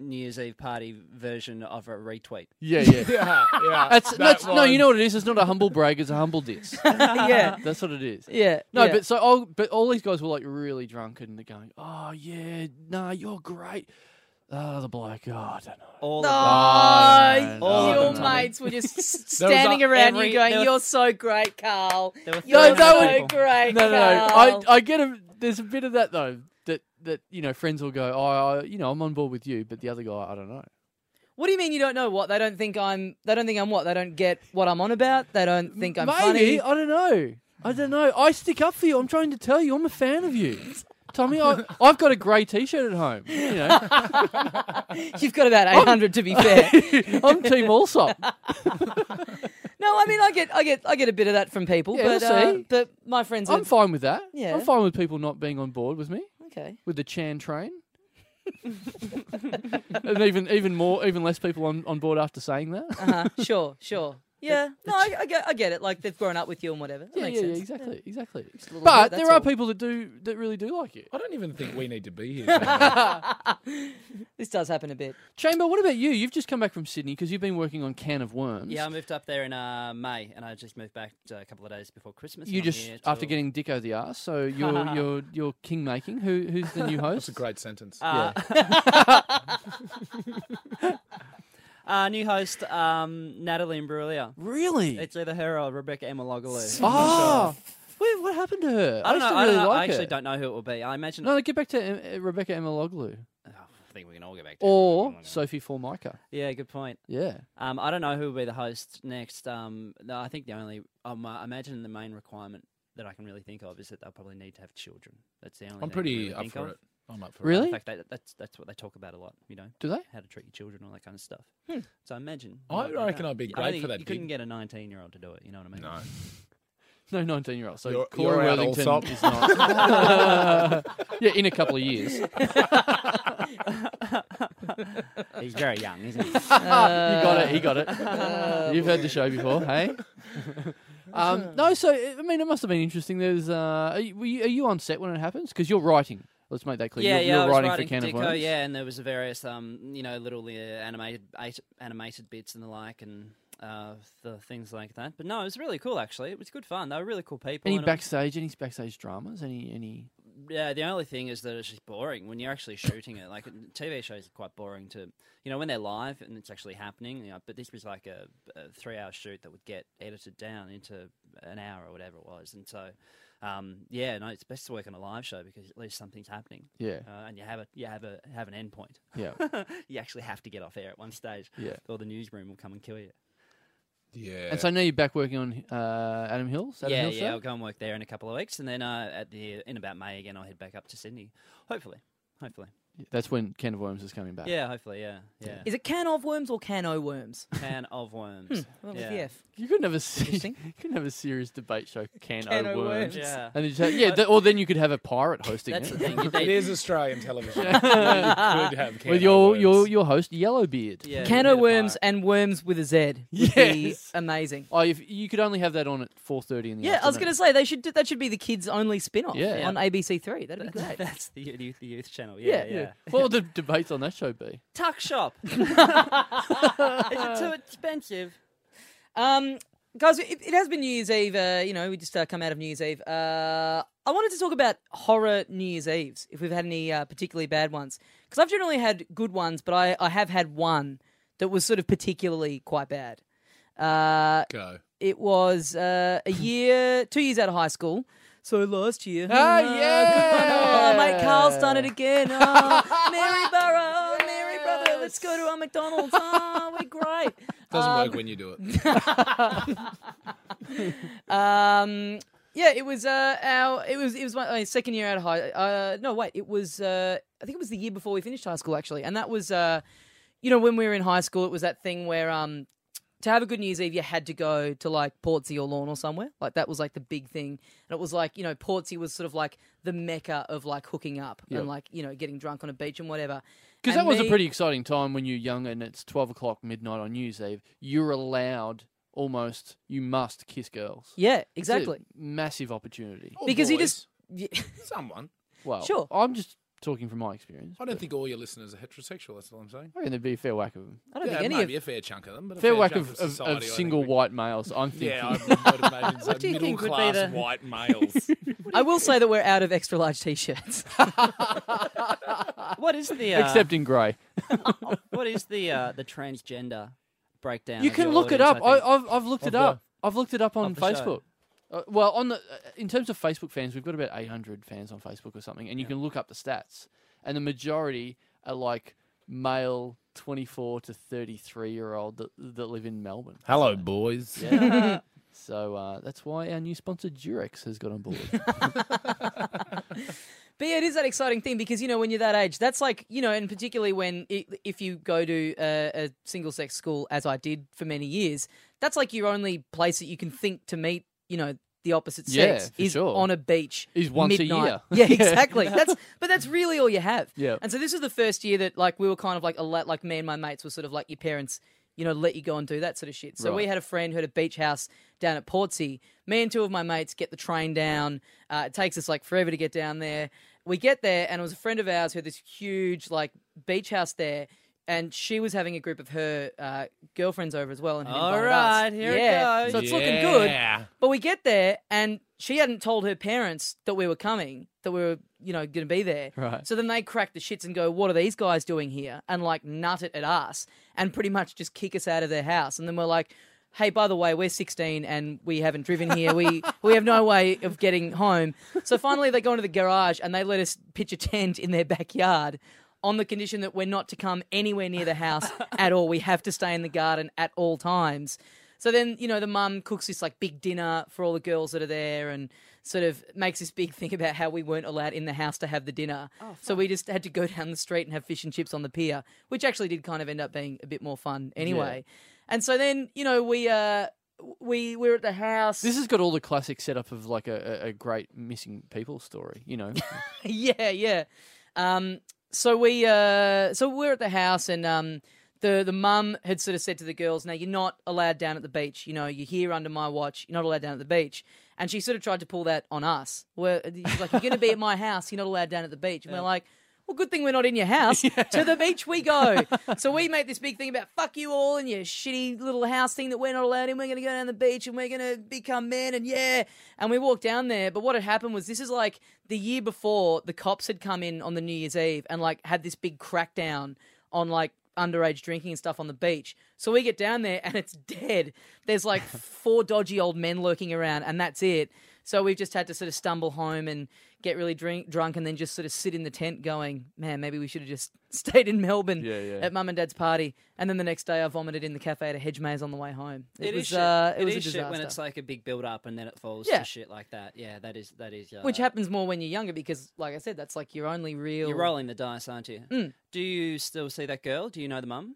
[SPEAKER 3] New Year's Eve party version of a retweet.
[SPEAKER 2] Yeah, yeah.
[SPEAKER 4] Yeah, yeah.
[SPEAKER 2] That's,
[SPEAKER 4] That
[SPEAKER 2] that's no, you
[SPEAKER 4] rhymes.
[SPEAKER 2] know what it is. It's not a humble brag. It's a humble diss.
[SPEAKER 1] yeah,
[SPEAKER 2] That's what it is.
[SPEAKER 1] yeah.
[SPEAKER 2] No,
[SPEAKER 1] yeah.
[SPEAKER 2] but so all but all these guys were like really drunk and they're going, "Oh yeah, nah, you're great." Oh, the bloke, oh, I don't know.
[SPEAKER 3] All
[SPEAKER 1] No,
[SPEAKER 2] Oh,
[SPEAKER 3] no,
[SPEAKER 1] your
[SPEAKER 3] no, no.
[SPEAKER 1] mates were just s- standing
[SPEAKER 4] There was,
[SPEAKER 1] around
[SPEAKER 3] every-
[SPEAKER 1] you going,
[SPEAKER 3] there was-
[SPEAKER 1] "You're so great, Carl.
[SPEAKER 3] There were
[SPEAKER 1] You're
[SPEAKER 3] 300
[SPEAKER 1] so
[SPEAKER 3] people.
[SPEAKER 1] great,
[SPEAKER 2] No, no, no. I,
[SPEAKER 1] Carl."
[SPEAKER 2] I get a There's a bit of that though. That that you know, friends will go, "Oh, I, you know, I'm on board with you," but the other guy, I don't know.
[SPEAKER 1] What do you mean you don't know what? They don't think I'm. They don't think I'm what? They don't get what I'm on about. They don't think I'm
[SPEAKER 2] Maybe
[SPEAKER 1] funny.
[SPEAKER 2] I don't know. I don't know. I stick up for you. I'm trying to tell you, I'm a fan of you. Tommy, I, I've got a grey T-shirt at home. You know,
[SPEAKER 1] You've got about 800 to be fair.
[SPEAKER 2] I'm Team Allsop.
[SPEAKER 1] No, I mean I get I get I get a bit of that from people,
[SPEAKER 2] Yeah,
[SPEAKER 1] but
[SPEAKER 2] we'll
[SPEAKER 1] uh,
[SPEAKER 2] see.
[SPEAKER 1] but my friends are
[SPEAKER 2] I'm fine with that.
[SPEAKER 1] Yeah.
[SPEAKER 2] I'm fine with people not being on board with me.
[SPEAKER 1] okay.
[SPEAKER 2] with the Chan train. and even even more even less people on, on board after saying that.
[SPEAKER 1] Uh-huh. sure, sure. Yeah. No, I, I get I get it. Like they've grown up with you and whatever. That
[SPEAKER 2] yeah,
[SPEAKER 1] makes
[SPEAKER 2] yeah, yeah,
[SPEAKER 1] sense.
[SPEAKER 2] exactly, exactly.
[SPEAKER 1] a little
[SPEAKER 2] But
[SPEAKER 1] bit,
[SPEAKER 2] there
[SPEAKER 1] that's
[SPEAKER 2] are
[SPEAKER 1] all.
[SPEAKER 2] people that do that really do like it.
[SPEAKER 4] I don't even think we need to be here.
[SPEAKER 1] This does happen a bit.
[SPEAKER 2] Chamber, what about you? You've just come back from Sydney because you've been working on Can of Worms.
[SPEAKER 3] Yeah, I moved up there in uh, May, and I just moved back uh, a couple of days before Christmas. and
[SPEAKER 2] you
[SPEAKER 3] I'm
[SPEAKER 2] just
[SPEAKER 3] here
[SPEAKER 2] after
[SPEAKER 3] till-
[SPEAKER 2] getting Dicko the ass, so you're you're you're king making. Who who's the new host?
[SPEAKER 4] That's a great sentence.
[SPEAKER 2] Yeah.
[SPEAKER 3] uh, new host um, Natalie Imbruglia.
[SPEAKER 2] really?
[SPEAKER 3] It's either her or Rebecca Emalogalou.
[SPEAKER 2] oh, wait, what happened to her?
[SPEAKER 3] I don't know.
[SPEAKER 2] used to
[SPEAKER 3] I, don't
[SPEAKER 2] really
[SPEAKER 3] know.
[SPEAKER 2] like
[SPEAKER 3] I actually
[SPEAKER 2] her.
[SPEAKER 3] don't know who it will be. I imagine.
[SPEAKER 2] No, get back to uh, Rebecca Emiloglu
[SPEAKER 3] Oh, I think we can all get back. to
[SPEAKER 2] or
[SPEAKER 3] it.
[SPEAKER 2] Sophie Formica.
[SPEAKER 3] yeah, good point.
[SPEAKER 2] Yeah.
[SPEAKER 3] Um, I don't know who will be the host next. Um, no, I think the only um, I imagine the main requirement that I can really think of is that they'll probably need to have children. That's the only. thing I
[SPEAKER 4] I'm
[SPEAKER 3] can
[SPEAKER 4] pretty
[SPEAKER 3] really
[SPEAKER 4] up
[SPEAKER 3] think
[SPEAKER 4] for
[SPEAKER 3] of.
[SPEAKER 4] it. I'm up for
[SPEAKER 2] Really?
[SPEAKER 3] In fact, that, that's that's what they talk about a lot. You know,
[SPEAKER 2] Do they?
[SPEAKER 3] how to treat your children, all that kind of stuff.
[SPEAKER 2] Hmm.
[SPEAKER 3] So I imagine.
[SPEAKER 4] I
[SPEAKER 3] might like
[SPEAKER 4] reckon
[SPEAKER 3] that.
[SPEAKER 4] I'd be
[SPEAKER 3] Yeah,
[SPEAKER 4] great
[SPEAKER 3] don't
[SPEAKER 4] for
[SPEAKER 3] think-
[SPEAKER 4] that
[SPEAKER 3] You couldn't
[SPEAKER 4] gig.
[SPEAKER 3] get a 19 year old to do it. You know what I mean?
[SPEAKER 4] it. No.
[SPEAKER 2] No, 19 year old. So
[SPEAKER 4] You're-
[SPEAKER 2] Cora
[SPEAKER 4] you're out,
[SPEAKER 2] Worthington
[SPEAKER 4] Allsop.
[SPEAKER 2] is not. yeah, in a couple of years.
[SPEAKER 3] He's very young, isn't he?
[SPEAKER 2] you got it. He got it.
[SPEAKER 3] Uh,
[SPEAKER 2] You've heard the show before, hey? um, no, so, I mean, it must have been interesting. There's, uh, are, you, were you- are you on set when it happens? Because you're writing. Let's make that clear.
[SPEAKER 3] yeah,
[SPEAKER 2] you're,
[SPEAKER 3] yeah.
[SPEAKER 2] you're
[SPEAKER 3] I was
[SPEAKER 2] writing,
[SPEAKER 3] writing
[SPEAKER 2] for Can of
[SPEAKER 3] Dicko,
[SPEAKER 2] Worms.
[SPEAKER 3] Yeah, and there was various um, you know, little uh, animated ate- animated bits and the like, and uh, the things like that. But no, it was really cool. Actually, it was good fun. They were really cool people.
[SPEAKER 2] Any
[SPEAKER 3] and it-
[SPEAKER 2] backstage? Any backstage dramas? Any? Any?
[SPEAKER 3] Yeah, the only thing is that it's just boring when you're actually shooting it. Like TV shows are quite boring to, you know, when they're live and it's actually happening. You know, but this was like a, a three-hour shoot that would get edited down into an hour or whatever it was. And so, um, yeah, no, it's best to work on a live show because at least something's happening,
[SPEAKER 2] Yeah,
[SPEAKER 3] uh, and you have a you have a have an end point.
[SPEAKER 2] yeah,
[SPEAKER 3] you actually have to get off air at one stage,
[SPEAKER 2] yeah.
[SPEAKER 3] or the newsroom will come and kill you.
[SPEAKER 4] Yeah.
[SPEAKER 2] And so now you're back working on uh, Adam Hills. Adam
[SPEAKER 3] yeah,
[SPEAKER 2] Hill's
[SPEAKER 3] yeah,
[SPEAKER 2] show?
[SPEAKER 3] I'll go and work there in a couple of weeks, and then uh, at the in about May again, I'll head back up to Sydney. Hopefully, hopefully.
[SPEAKER 2] That's when Can of Worms is coming back.
[SPEAKER 3] Yeah, hopefully, yeah, yeah.
[SPEAKER 1] Is it can of worms or can o worms?
[SPEAKER 3] Can of worms.
[SPEAKER 1] What was
[SPEAKER 3] yeah.
[SPEAKER 1] the F?
[SPEAKER 2] You could have a se-
[SPEAKER 1] Interesting.
[SPEAKER 2] you could have a serious debate show. Can,
[SPEAKER 1] Can
[SPEAKER 2] O
[SPEAKER 1] O worms.
[SPEAKER 2] worms?
[SPEAKER 3] Yeah.
[SPEAKER 2] And you just have, yeah, th- or then you could have a pirate hosting
[SPEAKER 3] That's
[SPEAKER 2] it
[SPEAKER 3] the thing. you-
[SPEAKER 4] It
[SPEAKER 3] They,
[SPEAKER 4] is Australian television. You could have
[SPEAKER 2] with
[SPEAKER 4] Ken
[SPEAKER 2] your your
[SPEAKER 4] Edwards.
[SPEAKER 2] your host Yellowbeard.
[SPEAKER 3] yeah,
[SPEAKER 1] Can
[SPEAKER 3] you
[SPEAKER 1] o
[SPEAKER 3] need a
[SPEAKER 1] worms
[SPEAKER 3] pirate.
[SPEAKER 1] and worms with a Z would be
[SPEAKER 2] Yes.
[SPEAKER 1] amazing.
[SPEAKER 2] Oh, if you could only have that on at four thirty in the
[SPEAKER 1] Yeah, I was going to
[SPEAKER 2] afternoon.
[SPEAKER 1] say they should do, that should be the kids only spin-off
[SPEAKER 2] Yeah.
[SPEAKER 1] on ABC Three. That'd be great.
[SPEAKER 3] That's the youth, the youth channel. Yeah,
[SPEAKER 1] Yeah,
[SPEAKER 3] yeah.
[SPEAKER 2] What would the debates on that show be?
[SPEAKER 3] Tuck shop. is it
[SPEAKER 1] Uh,
[SPEAKER 3] too expensive?
[SPEAKER 1] Um, guys, it, it has been New Year's Eve. Uh, you know, we just uh, come out of New Year's Eve. Uh, I wanted to talk about horror New Year's Eves, if we've had any uh, particularly bad ones. Because I've generally had good ones, but I, I have had one that was sort of particularly quite bad. Uh,
[SPEAKER 4] go.
[SPEAKER 1] it was uh, a year, two years out of high school. So last year.
[SPEAKER 2] Ah,
[SPEAKER 1] Oh,
[SPEAKER 2] yeah.
[SPEAKER 1] God, Oh, mate, Carl's done it again. Oh, Mary Burrow, Mary Brother, let's go to our McDonald's. Oh, we're great.
[SPEAKER 4] Doesn't work when you do it.
[SPEAKER 1] Um, yeah, it was uh, our it was it was my, my second year out of high. Uh, no, wait, it was uh, I think it was the year before we finished high school actually, and that was uh, you know when we were in high school, it was that thing where um, to have a good New Year's Eve, you had to go to like Portsea or Lawn or somewhere. Like that was like the big thing, and it was like you know Portsea was sort of like the mecca of like hooking up and like you know getting drunk on a beach and whatever.
[SPEAKER 2] Because that
[SPEAKER 1] And
[SPEAKER 2] was a
[SPEAKER 1] me-
[SPEAKER 2] pretty exciting time when you're young and it's twelve o'clock midnight on New Year's Eve. You're allowed almost you must kiss girls.
[SPEAKER 1] yeah
[SPEAKER 2] It's a
[SPEAKER 1] exactly
[SPEAKER 2] massive opportunity.
[SPEAKER 4] Or
[SPEAKER 1] because you
[SPEAKER 4] boys.
[SPEAKER 1] just yeah,
[SPEAKER 4] Someone.
[SPEAKER 2] Well,
[SPEAKER 1] Sure.
[SPEAKER 2] I'm just talking from my experience.
[SPEAKER 4] I don't think all your listeners are heterosexual. That's all I'm saying.
[SPEAKER 2] I reckon there'd be a fair whack of them.
[SPEAKER 1] I don't
[SPEAKER 4] yeah,
[SPEAKER 1] think
[SPEAKER 4] it
[SPEAKER 1] any
[SPEAKER 4] might
[SPEAKER 1] of
[SPEAKER 4] be a fair chunk of them, but a
[SPEAKER 2] Fair,
[SPEAKER 4] fair
[SPEAKER 2] whack
[SPEAKER 4] chunk
[SPEAKER 2] of, of,
[SPEAKER 4] of,
[SPEAKER 2] of
[SPEAKER 4] society, I think
[SPEAKER 2] single
[SPEAKER 4] we-
[SPEAKER 2] white males. I'm thinking.
[SPEAKER 4] Yeah, I would imagine so.
[SPEAKER 3] do you think would be
[SPEAKER 4] Middle-class
[SPEAKER 3] the-
[SPEAKER 4] white males.
[SPEAKER 1] I will say that we're out of extra large t-shirts.
[SPEAKER 3] What is the uh,
[SPEAKER 2] Except in grey.
[SPEAKER 3] what is the uh, the transgender breakdown?
[SPEAKER 2] You
[SPEAKER 3] of
[SPEAKER 2] can
[SPEAKER 3] your
[SPEAKER 2] look it
[SPEAKER 3] audience,
[SPEAKER 2] up.
[SPEAKER 3] I
[SPEAKER 2] I,
[SPEAKER 3] think?
[SPEAKER 2] I've, I've looked it
[SPEAKER 4] the-
[SPEAKER 2] up. I've looked it up on
[SPEAKER 3] of the show.
[SPEAKER 2] Facebook. Uh, well, on the uh, in terms of Facebook fans, we've got about 800 fans on Facebook or something, and you can look up the stats. And the majority are like male 24 to 33 year old that, that live in Melbourne.
[SPEAKER 4] Hello, boys.
[SPEAKER 2] So uh, that's why our new sponsor Durex has got on board.
[SPEAKER 1] But yeah, it is that exciting thing because you know when you're that age, that's like you know, and particularly when i if you go to a, a single sex school, as I did for many years, that's like your only place that you can think to meet, you know, the opposite
[SPEAKER 2] Yeah,
[SPEAKER 1] sex
[SPEAKER 2] for
[SPEAKER 1] is
[SPEAKER 2] sure.
[SPEAKER 1] on a beach.
[SPEAKER 2] Is once a
[SPEAKER 1] midnight. Yeah,
[SPEAKER 2] year.
[SPEAKER 1] exactly. That's but that's really all you have.
[SPEAKER 2] Yeah.
[SPEAKER 1] And so this is the first year that like we were kind of like a lot like me and my mates were sort of like your parents. You know, let you go and do that sort of shit. So we
[SPEAKER 2] Right.
[SPEAKER 1] had a friend who had a beach house down at Portsea. Me and two of my mates get the train down. Uh, it takes us like forever to get down there. We get there, and it was a friend of ours who had this huge like beach house there, and she was having a group of her uh, girlfriends over as well. And had
[SPEAKER 3] All
[SPEAKER 1] invited
[SPEAKER 3] right,
[SPEAKER 1] us.
[SPEAKER 3] here it
[SPEAKER 1] yeah.
[SPEAKER 3] goes.
[SPEAKER 1] So it's looking good.
[SPEAKER 4] Yeah.
[SPEAKER 1] But we get there, and she hadn't told her parents that we were coming, that we were, you know, going to be there.
[SPEAKER 2] Right.
[SPEAKER 1] So then they crack the shits and go, "What are these guys doing here?" and like nut it at us, and pretty much just kick us out of their house. And then we're like, "Hey, by the way, we're 16 and we haven't driven here. We we have no way of getting home." So finally, they go into the garage and they let us pitch a tent in their backyard. On the condition that we're not to come anywhere near the house at all. We have to stay in the garden at all times. So then, you know, the mum cooks this like big dinner for all the girls that are there and sort of makes this big thing about how we weren't allowed in the house to have the dinner. so we just had to go down the street and have fish and chips on the pier, which actually did kind of end up being a bit more fun anyway. And so then, you know, we uh we we were at the house.
[SPEAKER 2] this has got all the classic setup of like a, a, a great missing people story. You know,
[SPEAKER 1] yeah, yeah. Um, so we uh, so we're at the house, and um, the the mum had sort of said to the girls, "Now you're not allowed down at the beach. You know, you're here under my watch. You're not allowed down at the beach." And she sort of tried to pull that on us. We're uh, she's like, "You're going to be at my house. You're not allowed down at the beach." And we're like. Well, good thing we're not in your house. To the beach we go. so we make this big thing about fuck you all and your shitty little house thing that we're not allowed in. We're going to go down the beach and we're going to become men and yeah. And we walked down there. But what had happened was this is like the year before the cops had come in on the New Year's Eve and like had this big crackdown on like underage drinking and stuff on the beach. So we get down there and it's dead. There's like four dodgy old men lurking around and that's it. So we've just had to sort of stumble home and get really drink, drunk and then just sort of sit in the tent going, man, maybe we should have just stayed in Melbourne
[SPEAKER 2] Yeah, yeah.
[SPEAKER 1] at mum and dad's party. And then the next day I vomited in the cafe at a hedge maze on the way home. It,
[SPEAKER 3] It
[SPEAKER 1] was,
[SPEAKER 3] is shit.
[SPEAKER 1] Uh, it, was a
[SPEAKER 3] is
[SPEAKER 1] disaster.
[SPEAKER 3] shit when it's like a big build up and then it falls
[SPEAKER 1] Yeah.
[SPEAKER 3] to shit like that. Yeah, that is that is. Uh,
[SPEAKER 1] Which happens more when you're younger because, like I said, that's like your only real.
[SPEAKER 3] You're rolling the dice, aren't you?
[SPEAKER 1] Hmm.
[SPEAKER 3] Do you still see that girl? Do you know the mum?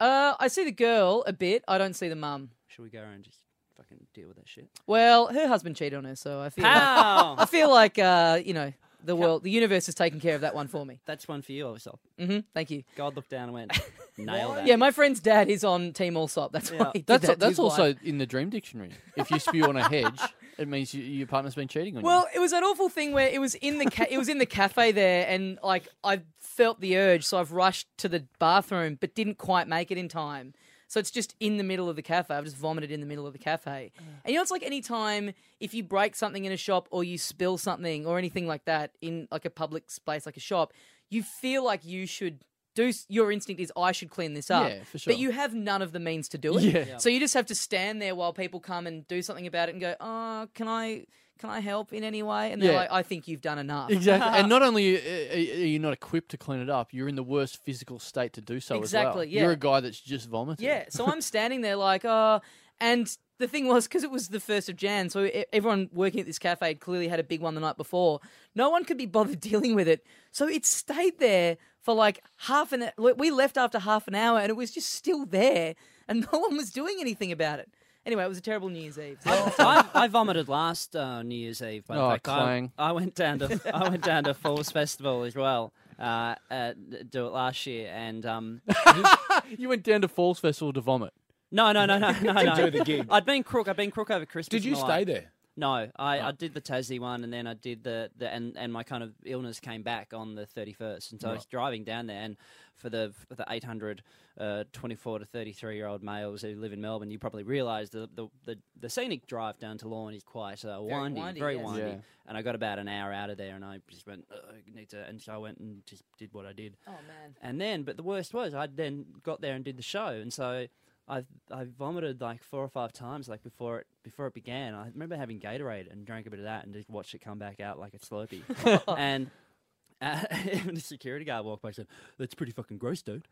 [SPEAKER 1] Uh, I see the girl a bit. I don't see the mum.
[SPEAKER 3] Should we go and just fucking deal with that shit?
[SPEAKER 1] Well, her husband cheated on her, so I feel. Like, I
[SPEAKER 3] Wow,
[SPEAKER 1] feel like uh, you know the world, the universe is taking care of that one for me.
[SPEAKER 3] that's one for you, Allsop.
[SPEAKER 1] hmm Thank you.
[SPEAKER 3] God looked down and went, nail that.
[SPEAKER 1] Yeah, my friend's dad is on Team Allsop. That's
[SPEAKER 3] Yeah.
[SPEAKER 1] why. He did
[SPEAKER 2] That's
[SPEAKER 1] that to
[SPEAKER 2] that's
[SPEAKER 1] his wife.
[SPEAKER 2] also in the dream dictionary. If you spew on a hedge, it means you, your partner's been cheating on
[SPEAKER 1] Well, it was an awful thing where it was in the ca- it was in the cafe there, and like I felt the urge, so I've rushed to the bathroom, but didn't quite make it in time. So it's just in the middle of the cafe. I've just vomited in the middle of the cafe, and you know it's like any time if you break something in a shop or you spill something or anything like that in like a public space like a shop, you feel like you should do. s- Your instinct is I should clean this up,
[SPEAKER 2] Yeah, for sure.
[SPEAKER 1] but you have none of the means to do it.
[SPEAKER 2] Yeah. Yeah.
[SPEAKER 1] So you just have to stand there while people come and do something about it and go, "Oh, can I can I help in any way?" And they're
[SPEAKER 2] Yeah.
[SPEAKER 1] like, "I think you've done enough."
[SPEAKER 2] you. Exactly. and not only uh, are you not equipped to clean it up, you're in the worst physical state to do so as well.
[SPEAKER 1] Exactly, yeah.
[SPEAKER 2] You're a guy that's just vomited.
[SPEAKER 1] Yeah. So I'm standing there like, "Oh," and the thing was because it was the first of Jan, so e- everyone working at this cafe had clearly had a big one the night before. No one could be bothered dealing with it, so it stayed there for like half an. hour. We left after half an hour, and it was just still there, and no one was doing anything about it. Anyway, it was a terrible New Year's Eve.
[SPEAKER 3] I, I vomited last uh, New Year's Eve. But
[SPEAKER 2] Oh,
[SPEAKER 3] in fact, I,
[SPEAKER 2] clang.
[SPEAKER 3] I went down to I went down to Falls Festival as well. Uh, uh, do it last year, and um,
[SPEAKER 2] You went down to Falls Festival to vomit.
[SPEAKER 3] no, no, no, no, no, no.
[SPEAKER 4] do the gig.
[SPEAKER 3] I'd been crook. I'd been crook over Christmas.
[SPEAKER 4] Did you
[SPEAKER 3] and all that.
[SPEAKER 4] stay there?
[SPEAKER 3] No, I, I did the Tassie one, and then I did the, the and, and my kind of illness came back on the thirty first, and so I was driving down there, and for the for the 800, uh, 24 to thirty three year old males who live in Melbourne, you probably realise the, the the the scenic drive down to Lawn is quite uh, windy,
[SPEAKER 1] windy,
[SPEAKER 3] very
[SPEAKER 1] yes.
[SPEAKER 3] windy,
[SPEAKER 2] Yeah.
[SPEAKER 3] and I got about an hour out of there, and I just went "Ugh, I need to, and so I went and just did what I did,
[SPEAKER 1] oh man.
[SPEAKER 3] and then, but the worst was, I then got there and did the show, and so I I vomited like four or five times, like before it before it began. I remember having Gatorade and drank a bit of that, and just watched it come back out like a Slurpee. and uh, even the security guard walked by and said, "That's pretty fucking gross, dude."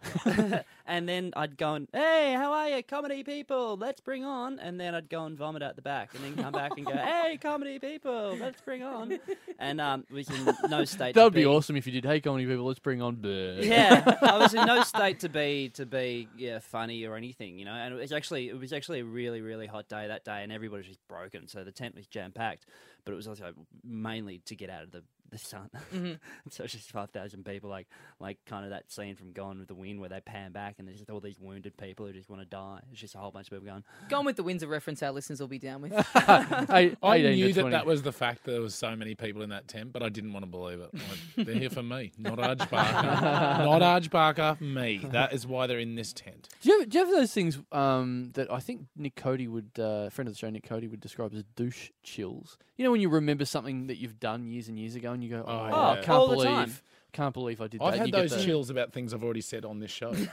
[SPEAKER 3] and then I'd go and, "Hey, how are you, comedy people? Let's bring on." And then I'd go and vomit out the back, and then come back and go, "Hey, comedy people, let's bring on." And um, was in no state.
[SPEAKER 2] That
[SPEAKER 3] to
[SPEAKER 2] would be
[SPEAKER 3] be
[SPEAKER 2] awesome if you did. Hey, comedy people, let's bring on.
[SPEAKER 3] yeah, I was in no state to be to be yeah funny or anything, you know. And it was actually it was actually a really really hot day that day, and everybody was just broken. So the tent was jam packed, but it was also mainly to get out of the the sun. so it's just five thousand people, like like kind of that scene from Gone with the Wind where they pan back and there's just all these wounded people who just want to die. It's just a whole bunch of people going.
[SPEAKER 1] Gone with the Winds of reference our listeners will be down with.
[SPEAKER 2] Hey,
[SPEAKER 4] I
[SPEAKER 2] 18 to
[SPEAKER 4] knew that
[SPEAKER 2] 20.
[SPEAKER 4] that was the fact that there was so many people in that tent, but I didn't want to believe it. I went, they're here for me, not Arj Barker, not Arj Barker, me. That is why they're in this tent.
[SPEAKER 2] Do you, have, do you have those things um, that I think Nick Cody would, uh, friend of the show, Nick Cody would describe as douche chills? You know, when you remember something that you've done years and years ago and you go, oh,
[SPEAKER 4] Oh,
[SPEAKER 2] I
[SPEAKER 4] yeah.
[SPEAKER 2] can't
[SPEAKER 3] all the
[SPEAKER 2] believe.
[SPEAKER 3] time.
[SPEAKER 2] Can't believe I did that.
[SPEAKER 4] I've had
[SPEAKER 2] You get
[SPEAKER 4] those
[SPEAKER 2] the-
[SPEAKER 4] chills about things I've already said on this show.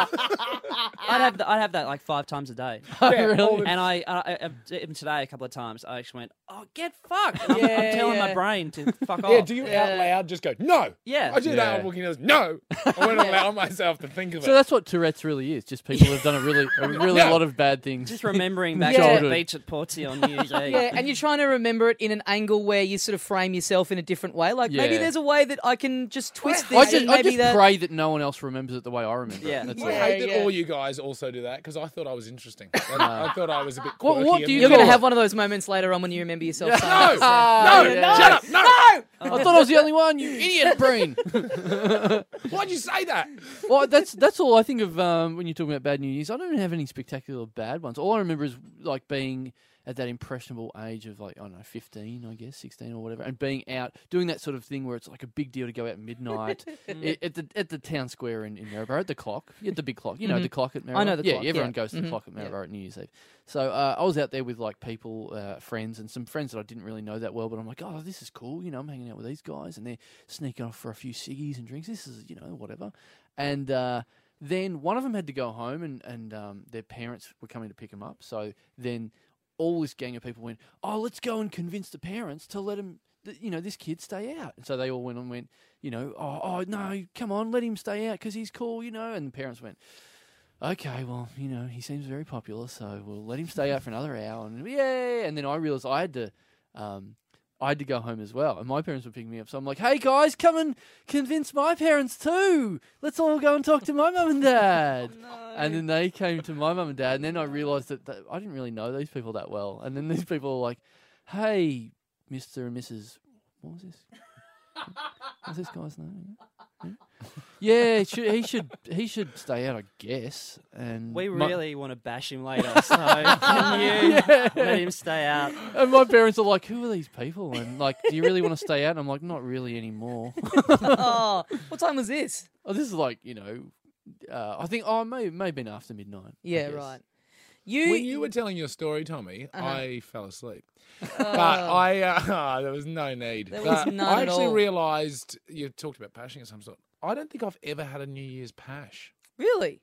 [SPEAKER 3] I'd have the, I'd have that like five times a day.
[SPEAKER 2] really?
[SPEAKER 3] And I, I, I even today a couple of times I actually went, oh get fucked. And I'm,
[SPEAKER 1] Yeah,
[SPEAKER 3] I'm telling
[SPEAKER 1] yeah.
[SPEAKER 3] my brain to fuck off.
[SPEAKER 4] yeah, do you out loud just go, no?
[SPEAKER 3] Yeah.
[SPEAKER 4] I do that
[SPEAKER 2] Yeah.
[SPEAKER 4] I'm walking down, no. I won't allow myself to think of it.
[SPEAKER 2] So that's what Tourette's really is. Just people who've done a really, a really
[SPEAKER 4] Yeah.
[SPEAKER 2] lot of bad things.
[SPEAKER 3] Just remembering back
[SPEAKER 1] Yeah.
[SPEAKER 3] to the beach at Portsea on New Year's Eve.
[SPEAKER 1] yeah, and you're trying to remember it in an angle where you sort of frame yourself in a different way. Like maybe
[SPEAKER 2] Yeah.
[SPEAKER 1] there's a way that I can just twist this.
[SPEAKER 2] I just,
[SPEAKER 1] and
[SPEAKER 2] I
[SPEAKER 1] maybe
[SPEAKER 2] just
[SPEAKER 1] that.
[SPEAKER 2] pray that no one else remembers it the way I remember.
[SPEAKER 3] Yeah.
[SPEAKER 2] it. That's
[SPEAKER 4] I
[SPEAKER 2] it.
[SPEAKER 1] Yeah,
[SPEAKER 4] hate that
[SPEAKER 1] yeah.
[SPEAKER 4] all you guys also do that because I thought I was interesting. I, I thought I was a bit
[SPEAKER 2] What-
[SPEAKER 4] quirky.
[SPEAKER 2] what
[SPEAKER 4] and
[SPEAKER 2] do you
[SPEAKER 1] You're going to
[SPEAKER 2] call
[SPEAKER 1] have one of those moments later on when you remember yourself. saying
[SPEAKER 4] No,
[SPEAKER 1] that.
[SPEAKER 4] no,
[SPEAKER 2] Yeah.
[SPEAKER 4] shut up, no.
[SPEAKER 2] I thought I was the only one. You idiot brain.
[SPEAKER 4] Why'd you say that?
[SPEAKER 2] well, that's that's all I think of um, when you're talking about bad New Year's. I don't have any spectacular bad ones. All I remember is like being at that impressionable age of like I don't know, 15, I guess, 16 or whatever, and being out doing that sort of thing where it's like a big deal to go out at midnight
[SPEAKER 1] Mm.
[SPEAKER 2] i- at the at the town square in, in Maryborough at the clock, at the big clock. You know the clock at Maryborough.
[SPEAKER 1] Mm-hmm. know the
[SPEAKER 2] yeah,
[SPEAKER 1] clock,
[SPEAKER 2] Yeah, everyone
[SPEAKER 1] yeah. Mm-hmm.
[SPEAKER 2] goes to the clock at Maryborough at New Year's Eve. So uh, I was out there with like people, uh, friends, and some friends that I didn't really know that well. But I'm like, oh, this is cool. You know, I'm hanging out with these guys, and they're sneaking off for a few ciggies and drinks. This is, you know, whatever. And uh, then one of them had to go home, and and um, their parents were coming to pick him up. So then all this gang of people went, oh, let's go and convince the parents to let him, th- you know, this kid stay out. And so they all went and went, you know, oh, oh no, come on, let him stay out because he's cool, you know. And the parents went, okay, well, you know, he seems very popular, so we'll let him stay out for another hour. And yeah, and then I realized I had to. Um, I had to go home as well, and my parents were picking me up. So I'm like, "Hey guys, come and convince my parents too. Let's all go and talk to my mum and dad." And then they came to my mum and dad, and then I realised that, that I didn't really know these people that well. And then these people were like, "Hey, Mister and Mrs. What was this? What's this guy's name? Hmm? Yeah, it should, he should he should stay out, I guess." And
[SPEAKER 3] We
[SPEAKER 2] my-
[SPEAKER 3] really want to bash him later, so can you let him stay out?
[SPEAKER 2] and my parents are like, "Who are these people?" And like, "Do you really want to stay out?" And I'm like, "Not really anymore."
[SPEAKER 1] oh, what time was this?
[SPEAKER 2] Oh, this is like you know, uh, I think oh, it may may have been after midnight. I
[SPEAKER 1] Yeah,
[SPEAKER 2] guess.
[SPEAKER 1] right. You,
[SPEAKER 4] When you were telling your story, Tommy,
[SPEAKER 1] Uh-huh.
[SPEAKER 4] I fell asleep. But I, uh, ah, there was no need.
[SPEAKER 1] Oh. There was
[SPEAKER 4] But
[SPEAKER 1] none
[SPEAKER 4] I
[SPEAKER 1] at
[SPEAKER 4] actually
[SPEAKER 1] all.
[SPEAKER 4] realised you talked about pashing of some sort. I don't think I've ever had a New Year's pash.
[SPEAKER 1] really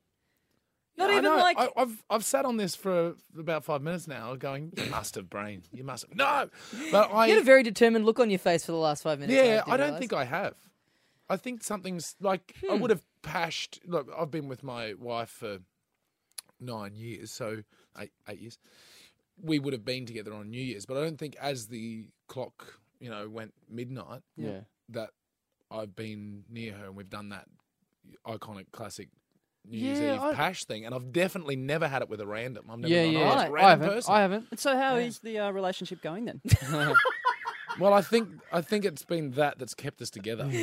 [SPEAKER 1] not
[SPEAKER 4] I
[SPEAKER 1] even
[SPEAKER 4] know,
[SPEAKER 1] like
[SPEAKER 4] I, I've I've sat on this for about five minutes now, going, "You must have brain, you must have no." But I,
[SPEAKER 1] you had a very determined look on your face for the last five minutes.
[SPEAKER 4] yeah, I,
[SPEAKER 1] didn't
[SPEAKER 4] don't
[SPEAKER 1] realise.
[SPEAKER 4] think I have. I think something's like I
[SPEAKER 2] Hmm.
[SPEAKER 4] would have pashed. Look, I've been with my wife for nine years, so eight eight years. We would have been together on New Year's, but I don't think as the clock, you know, went midnight
[SPEAKER 2] Yeah.
[SPEAKER 4] that I've been near her and we've done that iconic classic. New
[SPEAKER 2] Yeah,
[SPEAKER 4] Year's Eve
[SPEAKER 2] I-
[SPEAKER 4] pash thing, and I've definitely never had it with a random. I've never
[SPEAKER 2] Yeah,
[SPEAKER 4] gone,
[SPEAKER 2] yeah,
[SPEAKER 4] oh, it's
[SPEAKER 2] yeah.
[SPEAKER 1] Right.
[SPEAKER 4] a random
[SPEAKER 2] I haven't.
[SPEAKER 4] person.
[SPEAKER 2] I haven't.
[SPEAKER 3] And so, how is the uh, relationship going then?
[SPEAKER 4] Well, I think I think it's been that that's kept us together.